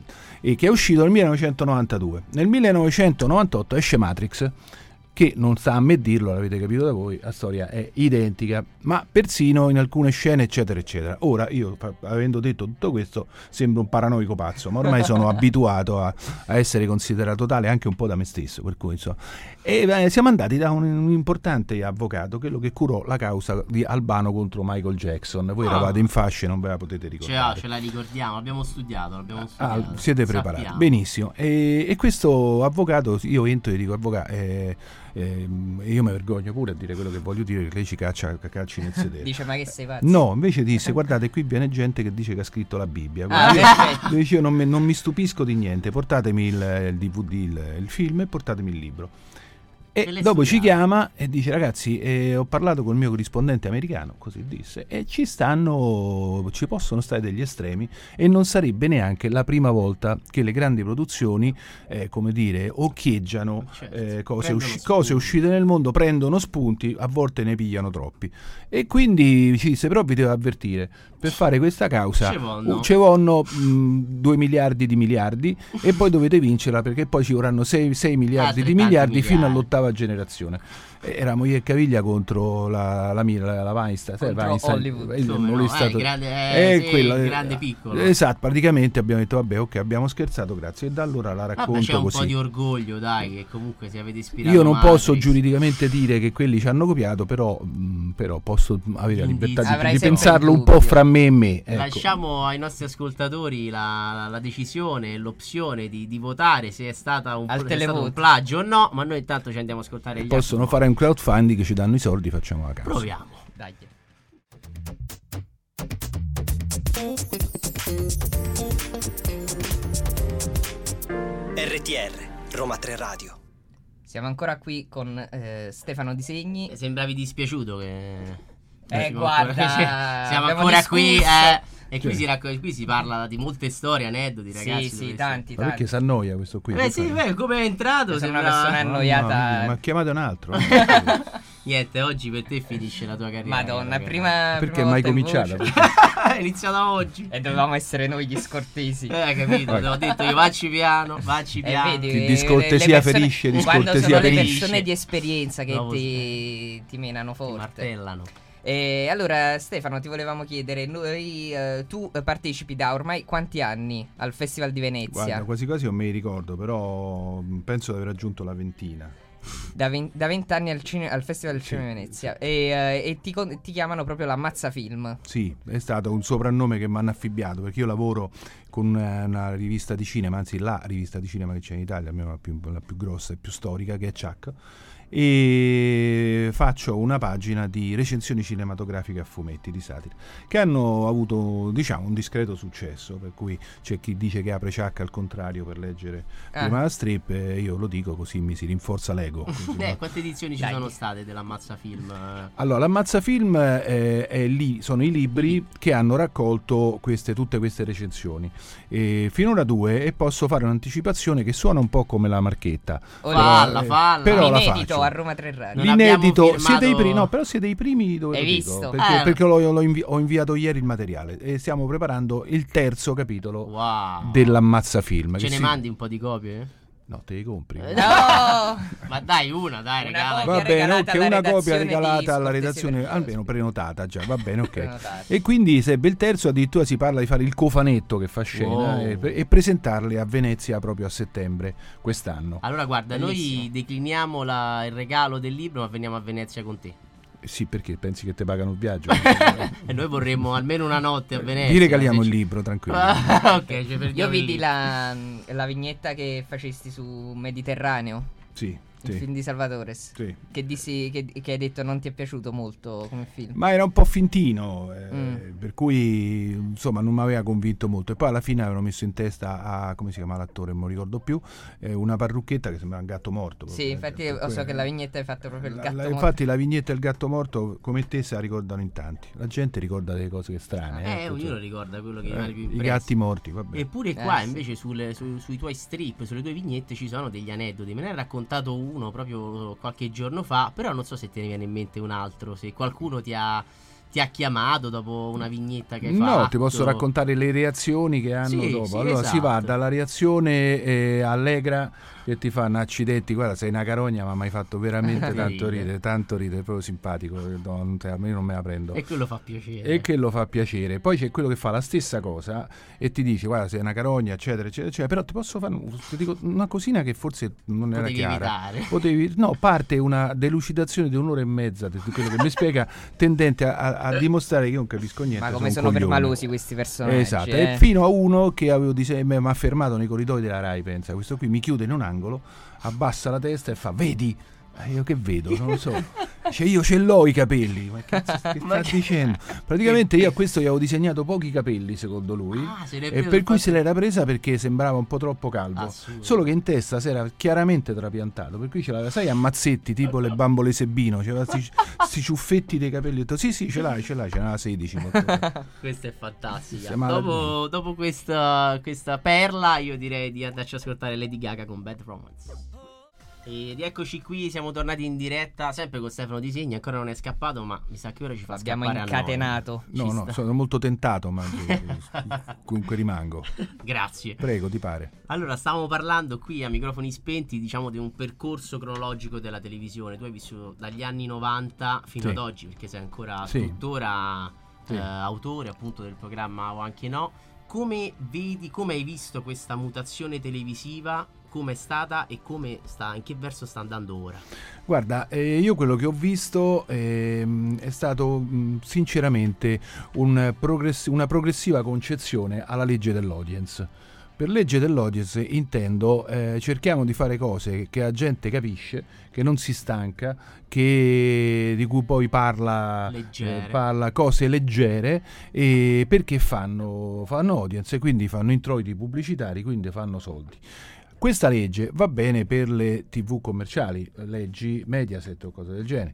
Speaker 8: e che è uscito nel 1992. Nel 1998 esce Matrix, che non sta a me dirlo, l'avete capito da voi, la storia è identica, ma persino in alcune scene, eccetera, eccetera. Ora, io fa- avendo detto tutto questo, sembro un paranoico pazzo, ma ormai sono abituato a, a essere considerato tale anche un po' da me stesso, per cui insomma. E eh, siamo andati da un, un importante avvocato, quello che curò la causa di Albano contro Michael Jackson. Voi
Speaker 6: Ah.
Speaker 8: eravate in fasce, non ve la potete
Speaker 6: Ce la,
Speaker 8: ricordare.
Speaker 6: ce la ricordiamo, abbiamo studiato, l'abbiamo
Speaker 8: Ah,
Speaker 6: studiato.
Speaker 8: siete preparati,
Speaker 6: Sappiamo.
Speaker 8: benissimo. E, e questo avvocato, io entro e dico avvocato, eh, ehm, io mi vergogno pure a dire quello che voglio dire, che lei ci caccia, calci nel sedere.
Speaker 7: Dice, ma che sei pazzo?
Speaker 8: No, invece disse: Guardate, qui viene gente che dice che ha scritto la Bibbia.
Speaker 7: Ah,
Speaker 8: Quindi
Speaker 7: perfetto.
Speaker 8: io, dice, io non, mi- non mi stupisco di niente. Portatemi il, il DVD, il, il film e portatemi il libro. E
Speaker 6: Delle
Speaker 8: dopo ci
Speaker 6: sfide.
Speaker 8: chiama e dice ragazzi eh, ho parlato col mio corrispondente americano, così disse, e ci stanno, ci possono stare degli estremi e non sarebbe neanche la prima volta che le grandi produzioni, eh, come dire, occhieggiano
Speaker 6: Certo.
Speaker 8: eh, cose,
Speaker 9: Prendono
Speaker 8: usci-
Speaker 9: spunti.
Speaker 8: cose uscite nel mondo, prendono spunti, a volte ne pigliano troppi. E quindi ci disse, però vi devo avvertire, per fare questa causa
Speaker 6: Ci vonno.
Speaker 8: uh, ci vanno 2 miliardi di miliardi e poi dovete vincerla perché poi ci vorranno 6, miliardi di
Speaker 6: Altrettanti
Speaker 8: miliardi fino
Speaker 6: miliardi.
Speaker 8: all'ottava generazione. E Eravamo io e Caviglia contro la, la, Mira- la, la Weinstein, sai,
Speaker 7: Contro
Speaker 8: Weinstein,
Speaker 7: Hollywood,
Speaker 8: eh, il-
Speaker 6: come
Speaker 8: non
Speaker 6: no,
Speaker 8: è
Speaker 6: eh,
Speaker 8: stato-
Speaker 6: grande- eh,
Speaker 8: eh,
Speaker 6: sì,
Speaker 8: quello,
Speaker 6: il
Speaker 8: eh,
Speaker 6: grande piccolo.
Speaker 8: Esatto, praticamente abbiamo detto vabbè ok abbiamo scherzato, grazie e da allora la racconto
Speaker 6: Vabbè, c'è un
Speaker 8: così.
Speaker 6: po' di orgoglio, dai, che comunque se avete ispirato.
Speaker 8: Io non posso
Speaker 6: Matrix,
Speaker 8: giuridicamente dire che quelli ci hanno copiato, però, mh, però posso avere la
Speaker 6: Indizi.
Speaker 8: libertà di,
Speaker 7: Avrai
Speaker 8: di
Speaker 7: sempre il
Speaker 8: pensarlo un
Speaker 7: dubbio.
Speaker 8: po' fra me e me. ecco.
Speaker 6: Lasciamo ai nostri ascoltatori la, la- la decisione e l'opzione di, di votare se è, stata un,
Speaker 7: Al
Speaker 6: se è stato
Speaker 7: televoto.
Speaker 6: un plagio o no, ma noi intanto ci andiamo a ascoltare gli
Speaker 8: Possono
Speaker 6: altri.
Speaker 8: fare un crowdfunding, ci danno i soldi, facciamo la casa.
Speaker 6: Proviamo.
Speaker 7: Dai.
Speaker 10: RTR, Roma 3 Radio.
Speaker 7: Siamo ancora qui con eh, Stefano Disegni.
Speaker 6: Eh, Sembravi dispiaciuto che...
Speaker 7: Eh,
Speaker 6: Siamo
Speaker 7: guarda,
Speaker 6: ancora- <laughs> siamo
Speaker 7: abbiamo
Speaker 6: ancora qui
Speaker 7: discusso.
Speaker 6: eh, e qui
Speaker 8: Sì.
Speaker 6: si, racco- qui si parla di molte storie, aneddoti, ragazzi.
Speaker 7: sì, sì,
Speaker 6: dovreste-
Speaker 7: tanti,
Speaker 8: Ma perché
Speaker 7: tanti.
Speaker 8: si annoia questo qui?
Speaker 6: Beh, Eh, sì, beh, come è entrato?
Speaker 7: Sembra una
Speaker 6: sembrava-
Speaker 7: persona
Speaker 8: Mamma
Speaker 7: annoiata.
Speaker 8: mia, ma chiamate un altro. eh?
Speaker 6: Niente, oggi per te finisce la tua carriera.
Speaker 7: Madonna,
Speaker 6: ragazzi.
Speaker 7: prima...
Speaker 8: perché
Speaker 7: prima
Speaker 8: mai
Speaker 7: volta in
Speaker 8: cominciata?
Speaker 7: voce.
Speaker 6: <laughs> è iniziata oggi.
Speaker 7: E dovevamo essere noi gli scortesi.
Speaker 6: Eh, hai
Speaker 7: <laughs>
Speaker 6: capito? Te l'ho detto io, vacci piano, vacci
Speaker 7: E
Speaker 6: piano.
Speaker 7: vedi,
Speaker 8: Chi
Speaker 7: eh,
Speaker 8: discortesia
Speaker 7: le persone-
Speaker 8: ferisce,
Speaker 7: Quando
Speaker 8: discortesia
Speaker 7: sono le
Speaker 6: ferisce.
Speaker 7: persone di esperienza che
Speaker 6: Bravo,
Speaker 7: ti, ti menano
Speaker 6: Ti
Speaker 7: forte.
Speaker 6: martellano.
Speaker 7: E allora, Stefano, ti volevamo chiedere: noi, eh, tu eh, partecipi da ormai quanti anni al Festival di Venezia?
Speaker 8: Guarda, quasi quasi non me li ricordo, però mh, penso di aver raggiunto la ventina.
Speaker 7: Da, ven- da 20 anni al, cine- al Festival del
Speaker 8: Sì,
Speaker 7: Cinema di Venezia. E, eh, e ti, con- ti chiamano proprio la Mazza Film.
Speaker 8: Sì, è stato un soprannome che mi hanno affibbiato perché io lavoro con una, una rivista di cinema, anzi la rivista di cinema che c'è in Italia, almeno la più, la più grossa e più storica, che è Chuck, e faccio una pagina di recensioni cinematografiche a fumetti di satira, che hanno avuto diciamo un discreto successo, per cui c'è chi dice che apre Chuck al contrario per leggere
Speaker 7: Ah.
Speaker 8: prima la strip, e io lo dico così mi si rinforza l'ego. così, no?
Speaker 6: Eh, quante edizioni ci
Speaker 7: Dai.
Speaker 6: sono state dell'ammazza film? eh?
Speaker 8: Allora, l'Ammazza Film eh, è lì, sono i libri che hanno raccolto queste- tutte queste recensioni. E finora due e posso fare un'anticipazione che suona un po' come la marchetta.
Speaker 7: Olè.
Speaker 6: Falla,
Speaker 8: eh,
Speaker 6: falla.
Speaker 8: però la
Speaker 7: Inedito
Speaker 8: faccio.
Speaker 7: a Roma 3 Radio.
Speaker 6: Non abbiamo
Speaker 8: L'inedito,
Speaker 6: firmato-
Speaker 8: siete i primi, no, però siete i primi dove
Speaker 7: Hai
Speaker 8: lo dico,
Speaker 7: visto?
Speaker 8: perché,
Speaker 6: Eh.
Speaker 8: perché l'ho- l'ho invi- ho inviato ieri il materiale e stiamo preparando il terzo capitolo
Speaker 6: Wow.
Speaker 8: dell'ammazza film.
Speaker 6: Ce
Speaker 8: che
Speaker 6: ne
Speaker 8: si-
Speaker 6: mandi un po' di copie?
Speaker 8: No, te li compri.
Speaker 6: Eh,
Speaker 7: No!
Speaker 6: Ma dai, una, dai,
Speaker 7: Una
Speaker 6: regala.
Speaker 7: copia.
Speaker 8: Va bene,
Speaker 7: regalata
Speaker 8: ok,
Speaker 7: alla
Speaker 8: una
Speaker 7: redazione
Speaker 8: copia
Speaker 7: di
Speaker 8: regalata alla
Speaker 7: Scortesi
Speaker 8: redazione,
Speaker 7: Vergine.
Speaker 8: almeno prenotata già, va bene, ok.
Speaker 7: Prenotata.
Speaker 8: E quindi sarebbe il terzo, addirittura si parla di fare il cofanetto che fa scena
Speaker 6: Wow.
Speaker 8: e, e presentarle a Venezia proprio a settembre quest'anno.
Speaker 6: Allora, guarda, noi
Speaker 7: Bellissimo.
Speaker 6: decliniamo la- il regalo del libro, ma veniamo a Venezia con te.
Speaker 7: <laughs>
Speaker 8: Sì, perché pensi che te pagano il viaggio?
Speaker 6: E noi vorremmo almeno una notte a Venezia.
Speaker 8: Ti regaliamo
Speaker 6: <laughs>
Speaker 8: il
Speaker 6: Se ci-
Speaker 8: libro, tranquillo.
Speaker 6: Ah, ok, ci perdiamo
Speaker 7: Io
Speaker 6: il
Speaker 7: vidi
Speaker 6: libro.
Speaker 7: la, la vignetta che facesti su Mediterraneo,
Speaker 8: Sì,
Speaker 7: il
Speaker 8: sì,
Speaker 7: film di Salvatores.
Speaker 8: sì.
Speaker 7: Che, dissi- che, che hai detto non ti è piaciuto molto come film.
Speaker 8: Ma era un po' fintino, eh,
Speaker 7: Mm.
Speaker 8: per cui insomma non mi aveva convinto molto. E poi alla fine avevano messo in testa a, come si chiama l'attore, non mi ricordo più, eh, una parrucchetta che sembrava un gatto morto.
Speaker 7: sì,
Speaker 8: proprio,
Speaker 7: infatti
Speaker 8: eh,
Speaker 7: io so
Speaker 8: per-
Speaker 7: che la vignetta hai fatto proprio il
Speaker 8: La-
Speaker 7: gatto.
Speaker 8: la-
Speaker 7: morto.
Speaker 8: infatti la vignetta e il gatto morto come te se la ricordano in tanti la gente ricorda delle cose che strane
Speaker 6: Eh,
Speaker 8: ecco,
Speaker 6: ognuno
Speaker 8: cioè,
Speaker 6: ricorda quello che gli
Speaker 8: eh,
Speaker 6: rimane più
Speaker 8: i
Speaker 6: impresso.
Speaker 8: gatti morti vabbè
Speaker 6: Eppure
Speaker 7: Eh,
Speaker 6: qua
Speaker 7: sì.
Speaker 6: invece sulle- su- sui tuoi strip, sulle tue vignette ci sono degli aneddoti. Me ne hai raccontato uno proprio qualche giorno fa, però non so se te ne viene in mente un altro, se qualcuno ti ha, ti ha chiamato dopo una vignetta che hai
Speaker 8: No,
Speaker 6: fatto.
Speaker 8: ti posso raccontare le reazioni che hanno
Speaker 6: Sì,
Speaker 8: dopo.
Speaker 6: sì,
Speaker 8: allora
Speaker 6: esatto.
Speaker 8: si va dalla reazione eh, allegra che ti fanno accidenti, guarda sei una carogna ma mi hai
Speaker 6: <laughs>
Speaker 8: fatto veramente
Speaker 6: Ti
Speaker 8: tanto
Speaker 6: ride.
Speaker 8: ridere, tanto ridere, è proprio simpatico, no, non te- a me non me la prendo.
Speaker 6: E quello fa piacere.
Speaker 8: e che lo fa piacere. Poi c'è quello che fa la stessa cosa e ti dice: Guarda, sei una carogna, eccetera, eccetera, eccetera. Però ti posso fare un- ti dico una cosina che forse non era
Speaker 6: Potevi
Speaker 8: chiara.
Speaker 6: evitare.
Speaker 8: Potevi, no, parte una delucidazione di un'ora e mezza di quello che
Speaker 7: <laughs>
Speaker 8: mi spiega, tendente a, a- a dimostrare che io non capisco niente.
Speaker 7: Ma come
Speaker 8: un
Speaker 7: sono
Speaker 8: coglione.
Speaker 7: permalosi questi personaggi.
Speaker 8: Esatto,
Speaker 7: eh.
Speaker 8: e fino a uno che avevo di sé, mi ha fermato nei corridoi della Rai, pensa, questo qui mi chiude in un angolo, abbassa la testa e fa, vedi, Ma Io che vedo, non
Speaker 6: <laughs>
Speaker 8: lo so. Cioè io ce l'ho i capelli, ma che, che sta
Speaker 6: <laughs>
Speaker 8: dicendo? Praticamente io a questo gli avevo disegnato pochi capelli secondo lui
Speaker 6: Ah, se l'è
Speaker 8: e
Speaker 6: preso
Speaker 8: per
Speaker 6: il
Speaker 8: cui
Speaker 6: fatto-
Speaker 8: se l'era presa perché sembrava un po' troppo calvo.
Speaker 6: Assurdo.
Speaker 8: Solo che in testa si era chiaramente trapiantato, per cui ce l'aveva, sai, a mazzetti tipo le bambole Sebino,
Speaker 6: <laughs>
Speaker 8: c'aveva questi ciuffetti dei capelli. Ho detto sì sì ce l'hai, ce l'hai, ce n'aveva
Speaker 7: <laughs>
Speaker 8: 16.
Speaker 6: <laughs>
Speaker 8: molto bene.
Speaker 6: Questa è fantastica.
Speaker 8: Siamo alla
Speaker 6: Dopo, dopo questa, questa perla, io direi di andarci ad ascoltare Lady Gaga con Bad Romance. Ed eccoci qui, siamo tornati in diretta, sempre con Stefano Disegni, ancora non è scappato, ma mi sa che ora ci fa
Speaker 7: Abbiamo
Speaker 6: scappare a noi.
Speaker 7: incatenato. <laughs>
Speaker 8: No,
Speaker 6: Ci
Speaker 8: no,
Speaker 6: sta.
Speaker 8: sono molto
Speaker 6: <laughs>
Speaker 8: tentato, ma <laughs> comunque rimango.
Speaker 6: Grazie.
Speaker 8: Prego, ti pare.
Speaker 6: Allora, stavamo parlando qui a microfoni spenti, diciamo, di un percorso cronologico della televisione. Tu hai vissuto dagli anni 90 fino
Speaker 8: Sì.
Speaker 6: ad oggi, perché sei ancora
Speaker 8: Sì.
Speaker 6: tuttora
Speaker 8: Sì.
Speaker 6: eh, autore appunto del programma o anche no. Come vedi, come hai visto questa mutazione televisiva? Come è stata e come sta, in che verso sta andando ora?
Speaker 8: Guarda, eh, io quello che ho visto ehm, è stato mh, sinceramente un progress- una progressiva concezione alla legge dell'audience. Per legge dell'audience intendo eh, cerchiamo di fare cose che la gente capisce, che non si stanca, che- di cui poi parla, eh,
Speaker 6: Leggere.
Speaker 8: parla cose leggere e perché fanno, fanno audience e quindi fanno introiti pubblicitari, quindi fanno soldi. Questa legge va bene per le tv commerciali, leggi Mediaset o cose del genere.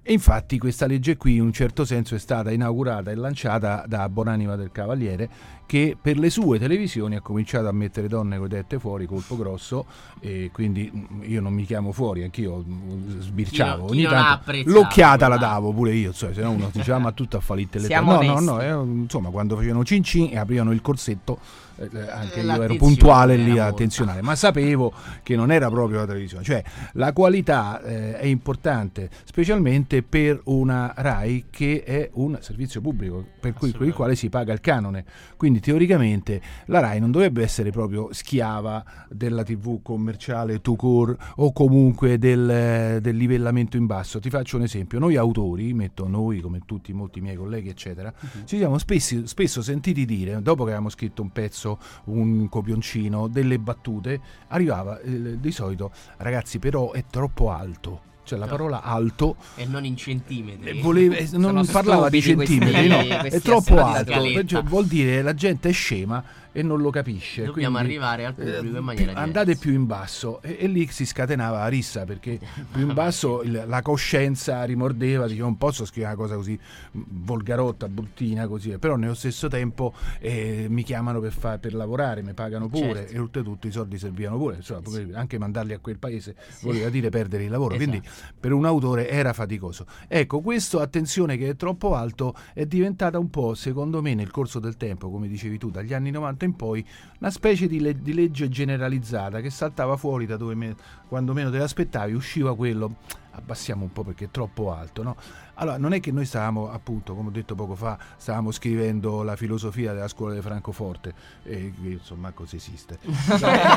Speaker 8: E infatti questa legge qui in un certo senso è stata inaugurata e lanciata da Bonanima del Cavaliere che per le sue televisioni ha cominciato a mettere donne coi tette fuori, colpo grosso, e quindi mm, io non mi chiamo fuori, anch'io mm, sbirciavo.
Speaker 6: chi
Speaker 8: Ogni
Speaker 6: non ha
Speaker 8: tanto
Speaker 6: apprezzato,
Speaker 8: l'occhiata la
Speaker 6: guarda.
Speaker 8: davo pure io, cioè, se no uno diceva ma tutto a
Speaker 7: <laughs>
Speaker 8: fallite le
Speaker 7: Siamo
Speaker 8: no, no, no,
Speaker 7: onesti.
Speaker 8: eh, insomma quando facevano cin cin e aprivano il corsetto eh, eh, anche io ero
Speaker 6: L'attenzione
Speaker 8: puntuale lì
Speaker 6: era
Speaker 8: a
Speaker 6: molta.
Speaker 8: attenzionare, ma sapevo che non era proprio la televisione, cioè la qualità eh, è importante, specialmente per una RAI che è un servizio pubblico, per cui per il quale si paga il canone. Quindi teoricamente la RAI non dovrebbe essere proprio schiava della TV commerciale to core o comunque del, eh, del livellamento in basso. Ti faccio un esempio, noi autori, metto noi come tutti molti miei colleghi eccetera,
Speaker 7: Mhm.
Speaker 8: ci siamo spessi- spesso sentiti dire, dopo che avevamo scritto un pezzo, un copioncino, delle battute, arrivava eh, di solito, ragazzi però è troppo alto, cioè la parola alto
Speaker 6: E non in centimetri.
Speaker 8: eh, voleva- eh, non parlava di
Speaker 7: stupidi questi-
Speaker 8: centimetri, no,
Speaker 7: questi
Speaker 8: è troppo
Speaker 7: aspetti
Speaker 8: alto,
Speaker 6: della scaletta.
Speaker 8: cioè, vuol dire la gente è scema e non lo capisce.
Speaker 6: Dobbiamo
Speaker 8: quindi,
Speaker 6: arrivare al pubblico in
Speaker 8: Eh, pi-
Speaker 6: maniera
Speaker 8: Andate
Speaker 6: diversa.
Speaker 8: più in basso e, e lì si scatenava la rissa perché più in basso il- la coscienza rimordeva, diceva non posso scrivere una cosa così mh, volgarotta, bruttina, così, però nello stesso tempo eh, mi chiamano per, fa- per lavorare, mi pagano pure
Speaker 6: Certo.
Speaker 8: e oltretutto i soldi servivano pure, insomma, pure- anche mandarli a quel paese voleva dire perdere il lavoro, quindi per un autore era faticoso. Ecco, questo attenzione che è troppo alto è diventata un po', secondo me, nel corso del tempo, come dicevi tu, dagli anni 90 in poi, una specie di, le- di legge generalizzata che saltava fuori da dove me- quando meno te l'aspettavi, usciva quello. Abbassiamo un po' perché è troppo alto, no? Allora, non è che noi stavamo, appunto, come ho detto poco fa, stavamo scrivendo la filosofia della scuola di Francoforte, e che, insomma, cosa esiste.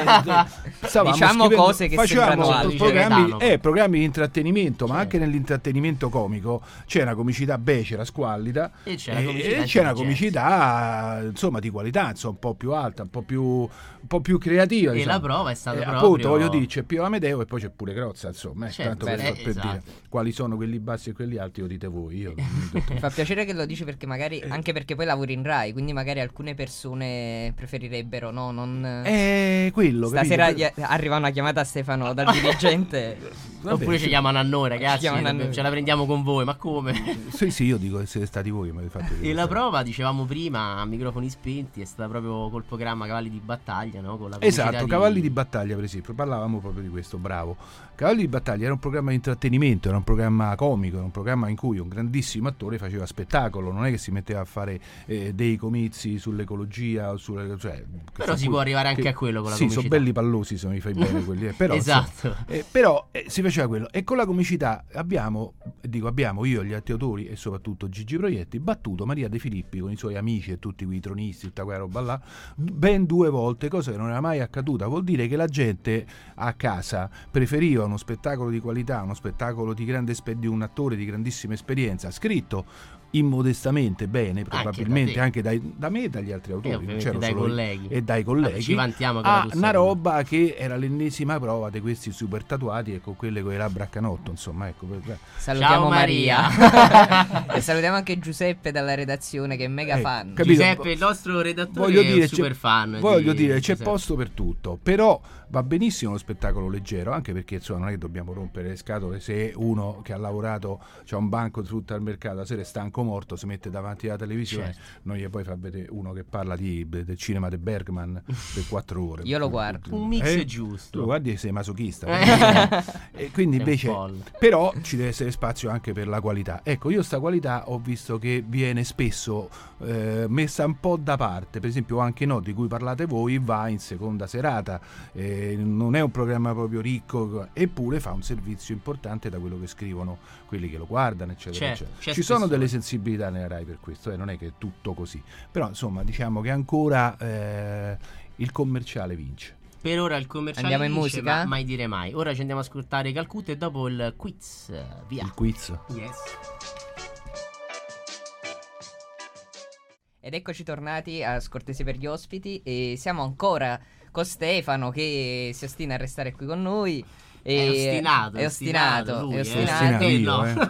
Speaker 8: Stavamo
Speaker 7: Diciamo
Speaker 8: scrivendo-
Speaker 7: cose che
Speaker 8: facevamo
Speaker 7: sembrano
Speaker 6: altre.
Speaker 8: programmi,
Speaker 6: Dice
Speaker 8: eh, programmi di intrattenimento, ma anche nell'intrattenimento comico c'è una comicità becera, squallida
Speaker 6: E c'è la comicità
Speaker 8: e Eh, c'è una
Speaker 6: intelligente.
Speaker 8: comicità, insomma, di qualità, insomma, un po' più alta, un po' più, un po' più creativa.
Speaker 6: E
Speaker 8: diciamo.
Speaker 6: la prova è stata
Speaker 8: Eh,
Speaker 6: proprio-
Speaker 8: Appunto, voglio dire, c'è Pio Amedeo e poi c'è pure Crozza, insomma, eh,
Speaker 6: Certo,
Speaker 8: tanto
Speaker 6: beh,
Speaker 8: per,
Speaker 6: eh,
Speaker 8: per
Speaker 6: esatto.
Speaker 8: dire quali sono quelli bassi e quelli alti, lo dite voi.
Speaker 6: <laughs>
Speaker 8: Io non ho detto
Speaker 7: Mi fa piacere che lo dici perché magari anche perché poi lavori in Rai, quindi magari alcune persone preferirebbero no, non
Speaker 8: Eh, quello,
Speaker 7: Stasera
Speaker 8: capito?
Speaker 7: gli- arriva una chiamata a Stefano dal dirigente.
Speaker 8: Vabbè,
Speaker 6: Oppure ci chiamano a noi, ragazzi.
Speaker 7: chiamano a noi.
Speaker 6: Ce la prendiamo con voi, ma come?
Speaker 8: <laughs> Sì, sì, io dico che siete stati voi che mi avete fatto
Speaker 6: E
Speaker 8: vedere.
Speaker 6: la prova, dicevamo prima, a microfoni spenti, è stata proprio col programma Cavalli di Battaglia, no? Con la pubblicità
Speaker 8: Esatto, Cavalli di Battaglia per esempio, parlavamo proprio di questo, bravo. Cavalli di Battaglia era un programma di intrattenimento, era un programma comico, era un programma in cui un grandissimo attore faceva spettacolo, non è che si metteva a fare eh, dei comizi sull'ecologia o sulle... Cioè,
Speaker 6: Però si può arrivare anche a quello con la
Speaker 8: Sì, sono
Speaker 6: comicità.
Speaker 8: belli pallosi, sono i
Speaker 6: <laughs>
Speaker 8: fai bene quelli, eh, però... insomma,
Speaker 6: Esatto.
Speaker 8: eh, <laughs> però eh, si faceva quello e con la comicità abbiamo, dico abbiamo io, gli altri autori e soprattutto Gigi Proietti battuto Maria De Filippi con i suoi amici e tutti quei tronisti, tutta quella roba là, ben due volte, cosa che non era mai accaduta. Vuol dire che la gente a casa preferiva uno spettacolo di qualità, uno spettacolo di grande esper- di un attore di grandissima esperienza, scritto immodestamente bene,
Speaker 6: da
Speaker 8: probabilmente
Speaker 6: te.
Speaker 8: anche, dai- da me e dagli altri autori, non
Speaker 6: ovviamente
Speaker 8: c'ero
Speaker 6: dai
Speaker 8: solo io,
Speaker 6: colleghi.
Speaker 8: e
Speaker 6: Vabbè,
Speaker 8: dai colleghi,
Speaker 6: ci vantiamo che la
Speaker 8: a
Speaker 6: tu sei
Speaker 8: una
Speaker 6: una-
Speaker 8: roba che era l'ennesima prova di questi super tatuati e con quelle con le labbra a canotto, insomma, ecco, per-
Speaker 7: Salutiamo
Speaker 6: Ciao, Maria.
Speaker 7: Maria. e salutiamo anche Giuseppe dalla redazione che è mega
Speaker 8: Eh,
Speaker 7: fan.
Speaker 8: capito?
Speaker 6: Giuseppe, il nostro redattore, è un
Speaker 8: dire, c'è-
Speaker 6: super fan.
Speaker 8: Voglio
Speaker 6: di
Speaker 8: dire, c'è
Speaker 6: Giuseppe.
Speaker 8: posto per tutto, però va benissimo lo spettacolo leggero, anche perché insomma non è che dobbiamo rompere le scatole se uno che ha lavorato, c'è un banco tutto al mercato, la sera è stanco morto, si mette davanti alla televisione,
Speaker 6: Certo.
Speaker 8: non gli puoi far vedere uno che parla di- del cinema di Bergman per quattro ore.
Speaker 7: Io lo guardo.
Speaker 6: Un mix
Speaker 8: Eh?
Speaker 6: giusto.
Speaker 8: Tu lo
Speaker 6: <laughs>
Speaker 8: guardi e sei masochista.
Speaker 6: Eh.
Speaker 8: e quindi
Speaker 6: Sei un
Speaker 8: invece
Speaker 6: folle.
Speaker 8: però ci deve essere spazio anche per la qualità. Ecco, io sta qualità ho visto che viene spesso eh, messa un po' da parte, per esempio anche no, di cui parlate voi, va in seconda serata, Eh, non è un programma proprio ricco, eppure fa un servizio importante da quello che scrivono quelli che lo guardano, eccetera.
Speaker 6: Certo,
Speaker 8: eccetera.
Speaker 6: c'è
Speaker 8: Ci sono
Speaker 6: spessore.
Speaker 8: delle sensibilità nella RAI per questo, eh, non è che è tutto così, però insomma diciamo che ancora eh, il commerciale vince.
Speaker 6: Per ora il commerciale
Speaker 7: Andiamo in
Speaker 6: dice,
Speaker 7: musica?
Speaker 6: ma mai dire mai. Ora ci andiamo a ascoltare Calcutta e dopo il quiz. Via.
Speaker 8: Il quiz.
Speaker 6: Yes.
Speaker 7: Ed eccoci tornati a Scortesi per gli ospiti e siamo ancora con Stefano che si ostina a restare qui con noi.
Speaker 6: È ostinato.
Speaker 7: È ostinato.
Speaker 6: lui,
Speaker 7: È
Speaker 6: eh.
Speaker 7: ostinato.
Speaker 8: Ostinato
Speaker 6: Eh,
Speaker 8: io,
Speaker 6: no. <laughs>
Speaker 8: eh.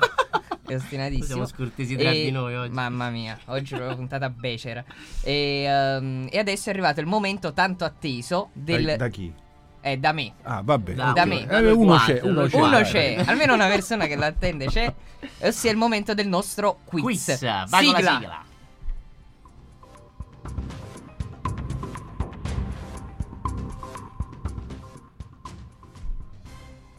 Speaker 7: È ostinatissimo.
Speaker 6: Siamo scortesi tra
Speaker 7: E-
Speaker 6: di noi oggi.
Speaker 7: Mamma mia, oggi è proprio puntata becera. E, ehm, e adesso è arrivato il momento tanto atteso del...
Speaker 8: Da, da chi?
Speaker 7: eh, da me.
Speaker 8: Ah, vabbè.
Speaker 6: Da
Speaker 8: ok.
Speaker 7: Da me.
Speaker 8: Eh, uno c'è,
Speaker 6: Quattro,
Speaker 8: uno c'è.
Speaker 6: Cioè,
Speaker 7: Uno
Speaker 8: dai.
Speaker 7: c'è, almeno una persona che l'attende c'è, ossia il momento del nostro quiz.
Speaker 6: Quiz. Vai con la sigla.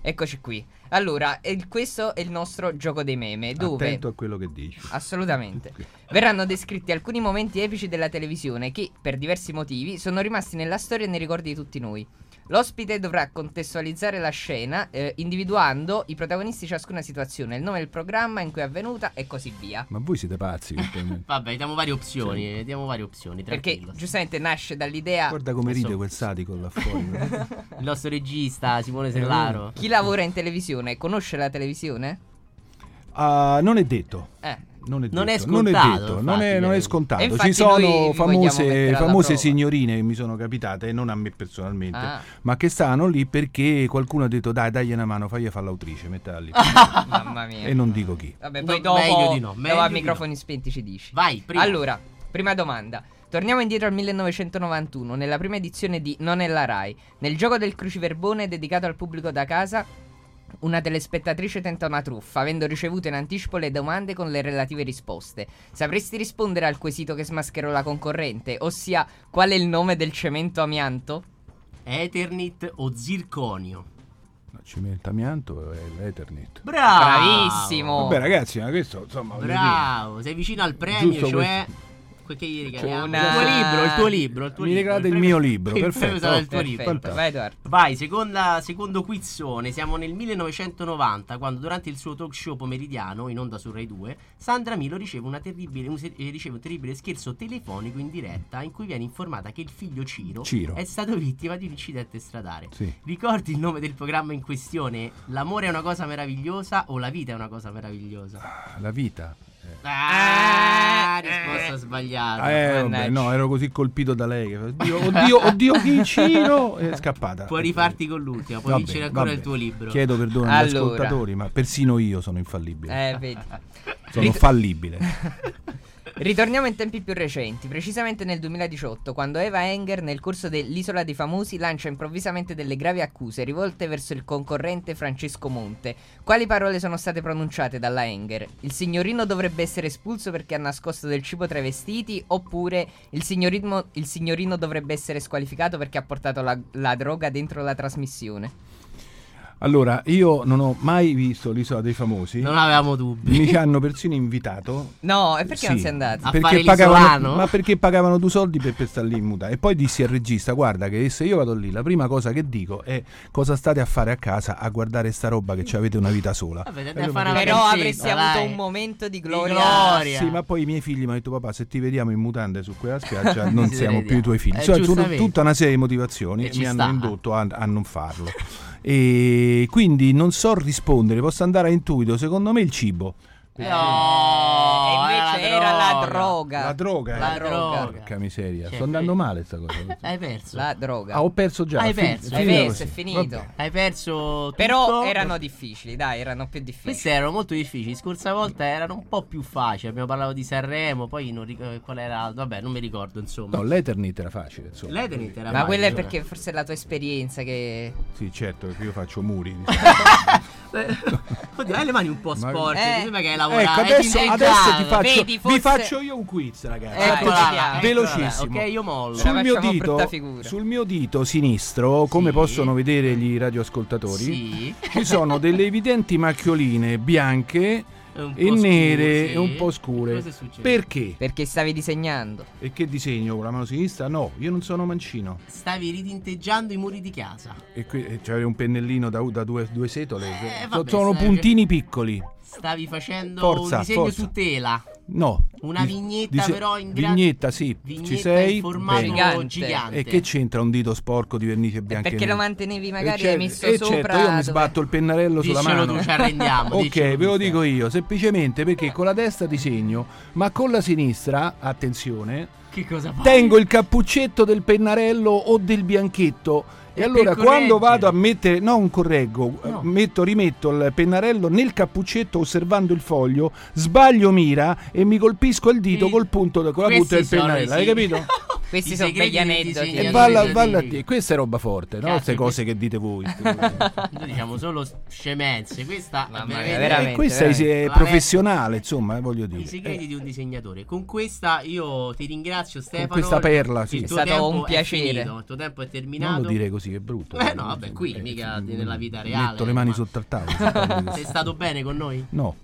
Speaker 7: Eccoci qui. Allora, il- questo è il nostro gioco dei meme, dove...
Speaker 8: Attento a quello che dici.
Speaker 7: Assolutamente. Verranno descritti alcuni momenti epici della televisione che, per diversi motivi, sono rimasti nella storia e nei ricordi di tutti noi. L'ospite dovrà contestualizzare la scena, eh, individuando i protagonisti di ciascuna situazione, il nome del programma in cui è avvenuta e così via.
Speaker 8: Ma voi
Speaker 7: <laughs>
Speaker 8: siete pazzi. compagni.
Speaker 6: Vabbè, diamo varie opzioni. eh, Diamo varie opzioni.
Speaker 7: Perché
Speaker 6: Tranquillo.
Speaker 7: giustamente nasce dall'idea
Speaker 8: Guarda come
Speaker 6: Adesso-
Speaker 8: ride quel sadico
Speaker 7: <laughs>
Speaker 8: là fuori.
Speaker 6: Il nostro regista Simone Sellaro.
Speaker 7: chi lavora in televisione conosce la televisione?
Speaker 8: Ah, non è detto.
Speaker 6: <laughs>
Speaker 7: Eh.
Speaker 8: Non è, detto,
Speaker 6: Non è
Speaker 8: non è,
Speaker 6: scontato,
Speaker 8: detto,
Speaker 6: infatti,
Speaker 8: non è- non è
Speaker 6: eh.
Speaker 8: scontato.
Speaker 7: E infatti
Speaker 8: Ci
Speaker 7: noi
Speaker 8: sono
Speaker 7: vi vogliamo mettere
Speaker 8: famose,
Speaker 7: alla
Speaker 8: famose
Speaker 7: prova.
Speaker 8: signorine che mi sono capitate, non a me personalmente,
Speaker 7: Ah.
Speaker 8: ma che stanno lì perché qualcuno ha detto dai, dagli una mano, fagli fare l'autrice, mettila lì.
Speaker 7: Ah, Mamma mia.
Speaker 8: e non dico chi.
Speaker 7: Vabbè,
Speaker 6: No,
Speaker 7: poi dopo,
Speaker 6: meglio di no,
Speaker 7: dopo
Speaker 6: meglio
Speaker 7: a
Speaker 6: di
Speaker 7: microfoni spenti ci dici.
Speaker 6: Vai, prima.
Speaker 7: Allora, prima domanda. Torniamo indietro al 1991, nella prima edizione di Non è la Rai. Nel gioco del cruciverbone dedicato al pubblico da casa, una telespettatrice tenta una truffa, avendo ricevuto in anticipo le domande con le relative risposte. Sapresti rispondere al quesito che smascherò la concorrente, ossia qual è il nome del cemento amianto?
Speaker 6: Eternit o Zirconio.
Speaker 8: No, Cemento amianto è l'Ethernet.
Speaker 6: Bravo.
Speaker 7: Bravissimo!
Speaker 8: Vabbè ragazzi, ma questo insomma... voglio
Speaker 6: Bravo, sei vicino al premio,
Speaker 8: Giusto
Speaker 6: cioè quel che gli regaliamo.
Speaker 7: Una-
Speaker 6: Il tuo libro, il tuo libro, il tuo
Speaker 8: Mi
Speaker 6: libro,
Speaker 8: regalate il
Speaker 6: premio-
Speaker 8: mio libro,
Speaker 6: il
Speaker 8: perfetto.
Speaker 6: premio sarà il tuo
Speaker 7: Perfetto,
Speaker 6: libro.
Speaker 8: Fantastico.
Speaker 7: vai Edoardo.
Speaker 6: Vai, seconda, secondo quizzone, siamo nel 1990 quando durante il suo talk show pomeridiano in onda su Rai 2 Sandra Milo riceve, una terribile, un, ser- eh, riceve un terribile scherzo telefonico in diretta in cui viene informata che il figlio Ciro,
Speaker 8: Ciro.
Speaker 6: è stato vittima di un incidente stradale.
Speaker 8: dire. Sì.
Speaker 6: Ricordi il nome del programma in questione? L'amore è una cosa meravigliosa o la vita è una cosa meravigliosa?
Speaker 8: La vita.
Speaker 6: Ah, risposta sbagliata.
Speaker 8: Eh, vabbè,
Speaker 7: mannaggia.
Speaker 8: no, ero così colpito da lei. Che, oddio, oddio,
Speaker 6: <laughs>
Speaker 8: oddio, chi Ciro? È scappata. Eh,
Speaker 6: Puoi rifarti con l'ultima, puoi
Speaker 8: Vabbè,
Speaker 6: vincere ancora
Speaker 8: vabbè.
Speaker 6: il tuo libro.
Speaker 8: Chiedo perdono agli
Speaker 7: Allora.
Speaker 8: ascoltatori, ma persino io sono infallibile.
Speaker 7: Eh, vedi.
Speaker 6: <laughs>
Speaker 8: sono fallibile.
Speaker 7: Ritorniamo in tempi più recenti, precisamente nel 2018, quando Eva Enger, nel corso dell'Isola dei Famosi, lancia improvvisamente delle gravi accuse rivolte verso il concorrente Francesco Monte. Quali parole sono state pronunciate dalla Enger? Il signorino dovrebbe essere espulso perché ha nascosto del cibo tra i vestiti? Oppure il, signorino- il signorino dovrebbe essere squalificato perché ha portato la, la droga dentro la trasmissione?
Speaker 8: Allora, io non ho mai visto l'isola dei famosi.
Speaker 6: Non avevamo dubbi.
Speaker 8: Mi ci hanno persino invitato.
Speaker 7: No, e perché non
Speaker 8: Sì,
Speaker 7: sei andato?
Speaker 6: A fare
Speaker 8: Perché
Speaker 6: l'isolano?
Speaker 8: pagavano, ma perché pagavano due soldi per, per stare lì in muta? E poi dissi al regista: Guarda, che se io vado lì, la prima cosa che dico è cosa state a fare a casa a guardare sta roba che ci avete una vita sola.
Speaker 6: Vabbè,
Speaker 8: E
Speaker 6: andate a
Speaker 8: lui
Speaker 6: fare
Speaker 8: mi-
Speaker 6: una
Speaker 7: Però
Speaker 6: vacanzetta,
Speaker 7: avresti
Speaker 6: dai.
Speaker 7: avuto un momento di
Speaker 6: Di
Speaker 7: gloria.
Speaker 6: gloria.
Speaker 8: Sì, ma poi i miei figli mi hanno detto: Papà, se ti vediamo in mutande su
Speaker 6: <laughs>
Speaker 8: quella spiaggia, non
Speaker 6: Ci
Speaker 8: siamo
Speaker 6: vediamo."
Speaker 8: più i tuoi figli.
Speaker 6: Eh,
Speaker 8: Insomma, sono
Speaker 6: giustamente.
Speaker 8: tutta una serie di motivazioni
Speaker 6: E
Speaker 8: che
Speaker 6: ci
Speaker 8: mi hanno
Speaker 6: sta.
Speaker 8: indotto a, a non farlo. e quindi non so rispondere, posso andare a intuito. Secondo me il cibo.
Speaker 6: No,
Speaker 7: E
Speaker 6: era
Speaker 7: invece
Speaker 6: Eh, droga.
Speaker 7: droga.
Speaker 8: La droga,
Speaker 7: La
Speaker 8: eh.
Speaker 7: droga.
Speaker 8: Porca miseria,
Speaker 6: Cioè,
Speaker 8: sto andando male sta cosa.
Speaker 6: <laughs> Hai perso.
Speaker 7: La droga.
Speaker 8: Ah, ho perso già.
Speaker 6: Eh, Hai
Speaker 8: fin-
Speaker 6: perso,
Speaker 7: Hai
Speaker 8: finita
Speaker 6: Finito
Speaker 7: visto, è
Speaker 8: così.
Speaker 7: finito.
Speaker 8: Vabbè.
Speaker 6: Hai perso tutto.
Speaker 7: Però erano difficili, dai, erano più difficili.
Speaker 6: Queste erano molto difficili. Scorsa volta erano un po' più facili. Abbiamo parlato di Sanremo. Poi non ricordo qual era. Vabbè, non mi ricordo. Insomma,
Speaker 8: No, l'Eternit era facile, insomma.
Speaker 6: L'Eternit era
Speaker 7: Ma
Speaker 6: facile.
Speaker 8: eh.
Speaker 7: quella è perché forse è la tua esperienza che...
Speaker 8: Sì, certo, perché io faccio muri. diciamo.
Speaker 6: Eh, Oddio, hai le mani un po'
Speaker 8: Ma-
Speaker 6: sporche.
Speaker 7: Eh.
Speaker 6: Mi sembra che hai lavorato.
Speaker 8: ecco,
Speaker 6: hai
Speaker 8: adesso,
Speaker 6: tinteggiato.
Speaker 8: adesso ti faccio,
Speaker 7: Vedi,
Speaker 8: vi
Speaker 7: forse-
Speaker 8: faccio io un quiz, ragazzi.
Speaker 7: Eccola
Speaker 8: Ecco,
Speaker 7: là,
Speaker 8: così,
Speaker 7: eccola
Speaker 8: velocissimo.
Speaker 6: là. Ok, io mollo.
Speaker 8: Sul mio,
Speaker 7: Facciamo brutta
Speaker 8: dito,
Speaker 7: figura.
Speaker 8: sul mio dito sinistro, come
Speaker 6: Sì.
Speaker 8: possono vedere gli radioascoltatori,
Speaker 6: Sì.
Speaker 8: ci sono delle evidenti macchioline bianche
Speaker 6: Un po'
Speaker 8: e nere
Speaker 6: scure,
Speaker 8: e un po'
Speaker 6: sì.
Speaker 8: scure.
Speaker 6: Cosa è successo?
Speaker 8: Perché?
Speaker 7: Perché stavi disegnando.
Speaker 8: E che disegno con la mano sinistra? No, io non sono mancino.
Speaker 6: Stavi ritinteggiando i muri di casa.
Speaker 8: E qui e c'è un pennellino da, da due, due setole.
Speaker 6: Eh, vabbè,
Speaker 8: sono
Speaker 6: sai,
Speaker 8: puntini piccoli.
Speaker 6: Stavi facendo
Speaker 8: Forza,
Speaker 6: un disegno
Speaker 8: forza.
Speaker 6: su tela.
Speaker 8: No.
Speaker 6: Una
Speaker 8: Di-
Speaker 6: vignetta
Speaker 8: dise-
Speaker 6: però in grande
Speaker 8: Vignetta, sì.
Speaker 6: Vignetta
Speaker 8: ci sei?
Speaker 6: in formato
Speaker 8: Bene.
Speaker 6: gigante.
Speaker 7: Gigante.
Speaker 8: E che c'entra un dito sporco di vernice
Speaker 7: È
Speaker 8: bianca? e
Speaker 7: Eh, perché lo
Speaker 8: nera?
Speaker 7: mantenevi magari
Speaker 8: E cer-
Speaker 7: messo
Speaker 8: e
Speaker 7: sopra...
Speaker 8: certo, io mi
Speaker 7: dove-
Speaker 8: sbatto il pennarello sulla
Speaker 6: Diccelo
Speaker 8: mano.
Speaker 6: tu, ci arrendiamo.
Speaker 8: <laughs> ok,
Speaker 6: diccelo
Speaker 8: ve
Speaker 6: tu,
Speaker 8: lo
Speaker 6: Stefano.
Speaker 8: dico io, semplicemente perché con la destra disegno, ma con la sinistra, attenzione,
Speaker 6: Che cosa fai?
Speaker 8: tengo il cappuccetto del pennarello o del bianchetto. E,
Speaker 6: E
Speaker 8: allora
Speaker 6: per
Speaker 8: quando vado a
Speaker 6: correggere.
Speaker 8: mettere, no, un correggo, eh,
Speaker 6: No.
Speaker 8: metto, rimetto il pennarello nel cappuccetto osservando il foglio, sbaglio mira e mi colpisco il dito
Speaker 6: Sì.
Speaker 8: col punto, de- con la
Speaker 6: Questi
Speaker 8: punta del
Speaker 6: sono i
Speaker 8: pennarello, hai
Speaker 6: segni. <laughs>
Speaker 8: capito?
Speaker 7: Questi
Speaker 6: I
Speaker 7: sono
Speaker 6: segreti
Speaker 7: degli
Speaker 6: del
Speaker 7: aneddoti. eh.
Speaker 6: disegno.
Speaker 8: E
Speaker 6: Io
Speaker 8: valla,
Speaker 6: non so
Speaker 8: valla a
Speaker 6: dire.
Speaker 8: dire, questa è roba forte, no?
Speaker 6: Cazzo,
Speaker 8: Queste cose
Speaker 6: questo-
Speaker 8: che
Speaker 6: <laughs>
Speaker 8: dite voi.
Speaker 6: Noi diciamo solo scemenze. Questa è
Speaker 7: Mamma mia,
Speaker 6: veramente,
Speaker 7: veramente.
Speaker 8: e questa è
Speaker 6: veramente.
Speaker 8: è professionale, insomma, eh, voglio dire.
Speaker 6: I segreti di un disegnatore. Con questa io ti ringrazio Stefano.
Speaker 8: questa perla,
Speaker 6: Il
Speaker 8: sì.
Speaker 6: tuo
Speaker 8: È
Speaker 7: stato
Speaker 6: tempo
Speaker 7: un piacere.
Speaker 6: finito, Il tuo tempo è
Speaker 8: Eh,
Speaker 6: terminato.
Speaker 8: non
Speaker 6: <laughs>
Speaker 8: lo dire così, che è brutto.
Speaker 6: Eh, no, vabbè, qui,
Speaker 8: Eh,
Speaker 6: mica
Speaker 8: mm,
Speaker 6: nella vita reale,
Speaker 8: Metto le mani
Speaker 6: ma-
Speaker 8: sotto al
Speaker 6: <laughs>
Speaker 8: tavolo.
Speaker 6: Sei stato bene con noi?
Speaker 8: no.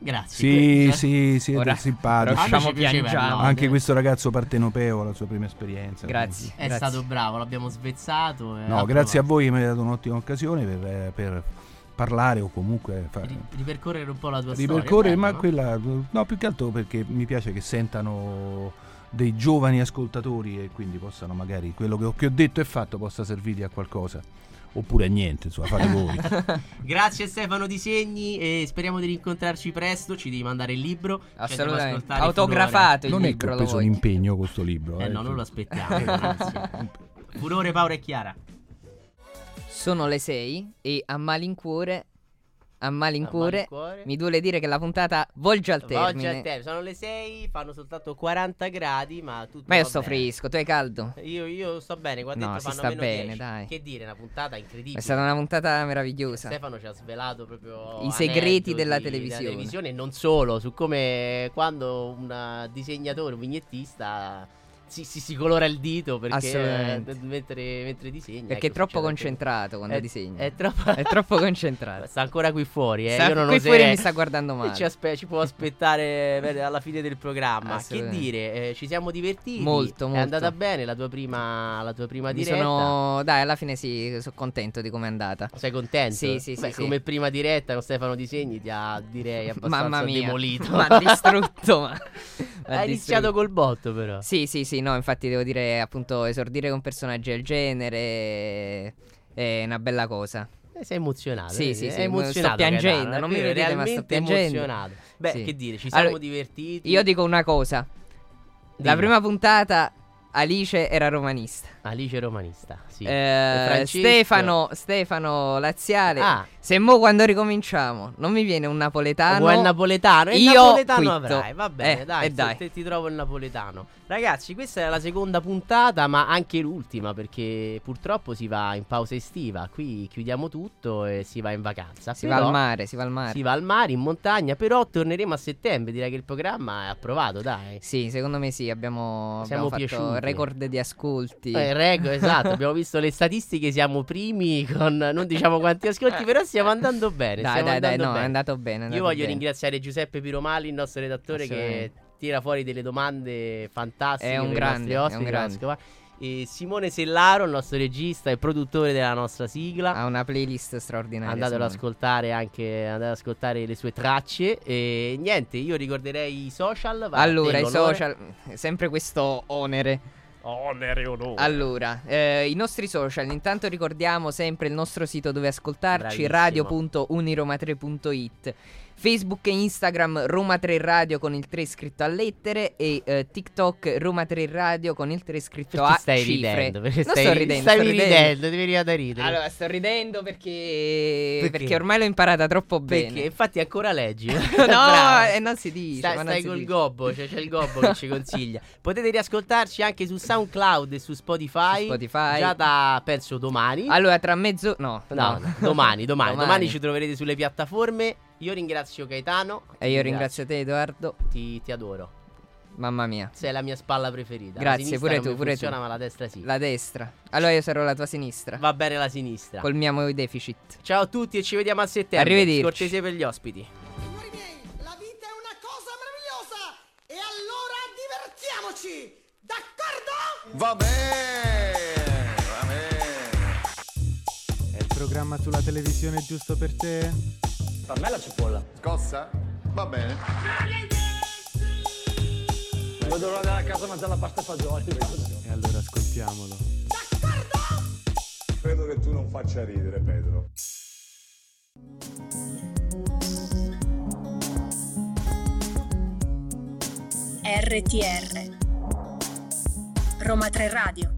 Speaker 6: Grazie.
Speaker 8: Sì, sì, siete
Speaker 7: Ora-
Speaker 8: simpatici.
Speaker 7: ora
Speaker 6: Amici
Speaker 7: usciamo
Speaker 6: piacevoli.
Speaker 7: piangendo.
Speaker 8: Anche questo ragazzo partenopeo ha la sua prima esperienza.
Speaker 7: Grazie.
Speaker 6: È
Speaker 7: grazie.
Speaker 6: stato bravo, l'abbiamo svezzato.
Speaker 8: quindi- No, grazie a voi che mi avete dato un'ottima occasione per, eh, per parlare o comunque fare-
Speaker 6: ripercorrere un po' la tua storia.
Speaker 8: ripercorrere, ma
Speaker 6: bello, no?
Speaker 8: quella no, più che altro perché mi piace che sentano dei giovani ascoltatori e quindi possano magari quello che ho, che ho detto e fatto possa servirgli a qualcosa oppure a niente, insomma, fate voi.
Speaker 6: Grazie Stefano Disegni e speriamo di rincontrarci presto, ci devi mandare il libro. cioè, devo
Speaker 7: Assolutamente.
Speaker 6: ascoltare i
Speaker 7: Autografato il
Speaker 8: non è che
Speaker 7: libro,
Speaker 8: ho
Speaker 7: lo
Speaker 8: preso un
Speaker 7: voglio.
Speaker 8: impegno con sto libro,
Speaker 6: Furore. Eh no, non lo
Speaker 7: <laughs>
Speaker 6: aspettiamo. grazie. Furore Paola e Chiara.
Speaker 7: <laughs> Sono le 6 e a malincuore... A malincuore,
Speaker 6: malincuore.
Speaker 7: mi duole dire che la puntata volge al
Speaker 6: Oggi
Speaker 7: termine.
Speaker 6: al termine, sono le 6, fanno soltanto 40 gradi, ma tutto
Speaker 7: Ma io
Speaker 6: va
Speaker 7: sto
Speaker 6: bene.
Speaker 7: fresco, tu hai caldo?
Speaker 6: Io, io sto bene, qua
Speaker 7: No,
Speaker 6: dentro fanno
Speaker 7: si sta
Speaker 6: meno
Speaker 7: bene,
Speaker 6: 10.
Speaker 7: dai.
Speaker 6: Che dire, una puntata incredibile.
Speaker 7: È stata una puntata meravigliosa.
Speaker 6: Stefano ci ha svelato proprio
Speaker 7: Esatto. I segreti
Speaker 6: aneddoti
Speaker 7: della televisione.
Speaker 6: televisione e non solo, su come quando un eh, disegnatore, un vignettista si, si, si colora il dito perché eh,
Speaker 7: Assolutamente.
Speaker 6: mentre, mentre disegna.
Speaker 7: Perché è
Speaker 6: ecco,
Speaker 7: troppo
Speaker 6: succede anche-
Speaker 7: concentrato quando
Speaker 6: È-
Speaker 7: disegna.
Speaker 6: È troppo,
Speaker 7: È troppo concentrato.
Speaker 6: <laughs> Sta ancora qui fuori, eh.
Speaker 7: Sta
Speaker 6: Io non
Speaker 7: qui
Speaker 6: lo so.
Speaker 7: fuori mi sta guardando
Speaker 6: <laughs>
Speaker 7: male.
Speaker 6: Ci, aspe- ci può aspettare per- alla fine del programma. Che
Speaker 7: Assolutamente.
Speaker 6: dire, eh, ci siamo divertiti.
Speaker 7: Molto,
Speaker 6: È
Speaker 7: molto.
Speaker 6: andata bene la tua prima, la tua prima
Speaker 7: Mi
Speaker 6: diretta.
Speaker 7: sono... Dai, alla fine sì, sono contento di come è andata.
Speaker 6: Sei contento?
Speaker 7: Sì, sì, sì,
Speaker 6: Beh,
Speaker 7: sì.
Speaker 6: Come prima diretta con Stefano Disegni ti ha direi abbastanza
Speaker 7: Mamma mia. <laughs>
Speaker 6: demolito.
Speaker 7: Mi ha
Speaker 6: <laughs>
Speaker 7: distrutto. ma- mi ha
Speaker 6: Hai iniziato
Speaker 7: distrutto.
Speaker 6: col botto però.
Speaker 7: Sì, sì, sì, no, infatti devo dire appunto esordire con personaggi del genere è una bella cosa.
Speaker 6: Eh, Sei emozionato.
Speaker 7: Sì,
Speaker 6: vedi?
Speaker 7: sì,
Speaker 6: Sei
Speaker 7: sì, sto
Speaker 6: emozionato.
Speaker 7: piangendo,
Speaker 6: Gaetano, è
Speaker 7: non mi
Speaker 6: vero,
Speaker 7: vedete, ma sto
Speaker 6: realmente
Speaker 7: piangendo.
Speaker 6: emozionato. Beh,
Speaker 7: Sì.
Speaker 6: che dire, ci siamo
Speaker 7: Allora,
Speaker 6: divertiti.
Speaker 7: Io dico una cosa.
Speaker 6: Dillo.
Speaker 7: La prima puntata Alice era romanista.
Speaker 6: Alice Romanista, sì.
Speaker 7: Eh,
Speaker 6: Francesco-
Speaker 7: Stefano, Stefano Laziale.
Speaker 6: Ah.
Speaker 7: Se mo quando ricominciamo non mi viene un napoletano.
Speaker 6: Vuoi il napoletano? E il
Speaker 7: Io
Speaker 6: napoletano
Speaker 7: quitto.
Speaker 6: avrai, va bene,
Speaker 7: Eh,
Speaker 6: dai,
Speaker 7: eh,
Speaker 6: se-
Speaker 7: dai.
Speaker 6: te- ti trovo il napoletano. Ragazzi, questa è la seconda puntata, ma anche l'ultima, perché purtroppo si va in pausa estiva. Qui chiudiamo tutto e si va in vacanza.
Speaker 7: Si va
Speaker 6: Però-
Speaker 7: al mare, si va al mare.
Speaker 6: Si va al mare, in montagna, però torneremo a settembre. Direi che il programma è approvato, dai.
Speaker 7: Sì, secondo me sì, abbiamo,
Speaker 6: Siamo
Speaker 7: abbiamo fatto
Speaker 6: piaciuti.
Speaker 7: record di ascolti.
Speaker 6: Eh,
Speaker 7: <laughs>
Speaker 6: rego, esatto, abbiamo visto le statistiche, siamo primi con non diciamo quanti
Speaker 7: <laughs>
Speaker 6: ascolti, però stiamo andando bene.
Speaker 7: Dai,
Speaker 6: stiamo
Speaker 7: dai, dai,
Speaker 6: andando
Speaker 7: no,
Speaker 6: bene.
Speaker 7: è andato bene. è
Speaker 6: Io
Speaker 7: andato
Speaker 6: voglio
Speaker 7: bene.
Speaker 6: ringraziare Giuseppe Piromali, il nostro redattore, che
Speaker 7: Assolutamente.
Speaker 6: tira fuori delle domande fantastiche.
Speaker 7: È un
Speaker 6: per i nostri
Speaker 7: grande, è un
Speaker 6: ospiti,
Speaker 7: grande.
Speaker 6: Vasco, va. E Simone Sellaro, il nostro regista e produttore della nostra sigla.
Speaker 7: Ha una playlist straordinaria.
Speaker 6: Andatelo ad
Speaker 7: Simone.
Speaker 6: ascoltare anche andate ad ascoltare le sue tracce. E niente, io ricorderei i social. va a te
Speaker 7: Allora, i
Speaker 6: l'onore.
Speaker 7: social, sempre questo onere.
Speaker 6: Oh.
Speaker 7: Allora, eh, i nostri social, intanto ricordiamo sempre il nostro sito dove ascoltarci,
Speaker 6: Bravissimo.
Speaker 7: radio.uniroma3.it. Facebook e Instagram Roma 3 Radio con il 3 scritto a lettere e eh, TikTok Roma 3 Radio con il 3 scritto
Speaker 6: Perché
Speaker 7: a
Speaker 6: stai
Speaker 7: cifre.
Speaker 6: ridendo? Perché
Speaker 7: non
Speaker 6: stai,
Speaker 7: sto ridendo,
Speaker 6: stavi
Speaker 7: sto
Speaker 6: ridendo,
Speaker 7: ridendo.
Speaker 6: ti veniva da ridere.
Speaker 7: Allora, sto ridendo perché
Speaker 6: Perché?
Speaker 7: perché, ormai l'ho imparata troppo bene.
Speaker 6: perché infatti ancora leggi.
Speaker 7: <laughs>
Speaker 6: <laughs>
Speaker 7: no,
Speaker 6: Bravo.
Speaker 7: e non si dice,
Speaker 6: Stai,
Speaker 7: ma non
Speaker 6: stai
Speaker 7: si
Speaker 6: col
Speaker 7: dice.
Speaker 6: gobbo, cioè c'è il gobbo che ci
Speaker 7: <laughs>
Speaker 6: consiglia. Potete riascoltarci anche su SoundCloud e su Spotify.
Speaker 7: Su Spotify.
Speaker 6: Già da penso domani.
Speaker 7: Allora, tra mezzo no,
Speaker 6: no, no, domani, domani, domani, ci troverete sulle piattaforme. Io ringrazio Gaetano.
Speaker 7: E io ringrazio te Edoardo.
Speaker 6: Ti, ti adoro.
Speaker 7: Mamma mia.
Speaker 6: Sei la mia spalla preferita.
Speaker 7: Grazie,
Speaker 6: la sinistra
Speaker 7: pure
Speaker 6: non
Speaker 7: tu,
Speaker 6: mi
Speaker 7: pure tu.
Speaker 6: funziona, ma la destra sì.
Speaker 7: La destra. Allora io sarò la tua sinistra.
Speaker 6: Va bene la sinistra.
Speaker 7: Colmiamo i deficit.
Speaker 6: Ciao a tutti e ci vediamo a settembre.
Speaker 7: Arrivederci.
Speaker 6: Cortesia per gli ospiti.
Speaker 1: Signori miei, la vita è una cosa meravigliosa e allora divertiamoci! D'accordo?
Speaker 2: Va bene, va bene.
Speaker 3: È il programma sulla televisione giusto per te?
Speaker 4: Per me la cipolla.
Speaker 2: Scossa? Va bene.
Speaker 4: Voglio tornare a casa a mangiare la pasta e fagioli.
Speaker 3: E allora ascoltiamolo.
Speaker 5: Credo che tu non faccia ridere, Pedro.
Speaker 9: RTR Roma 3 Radio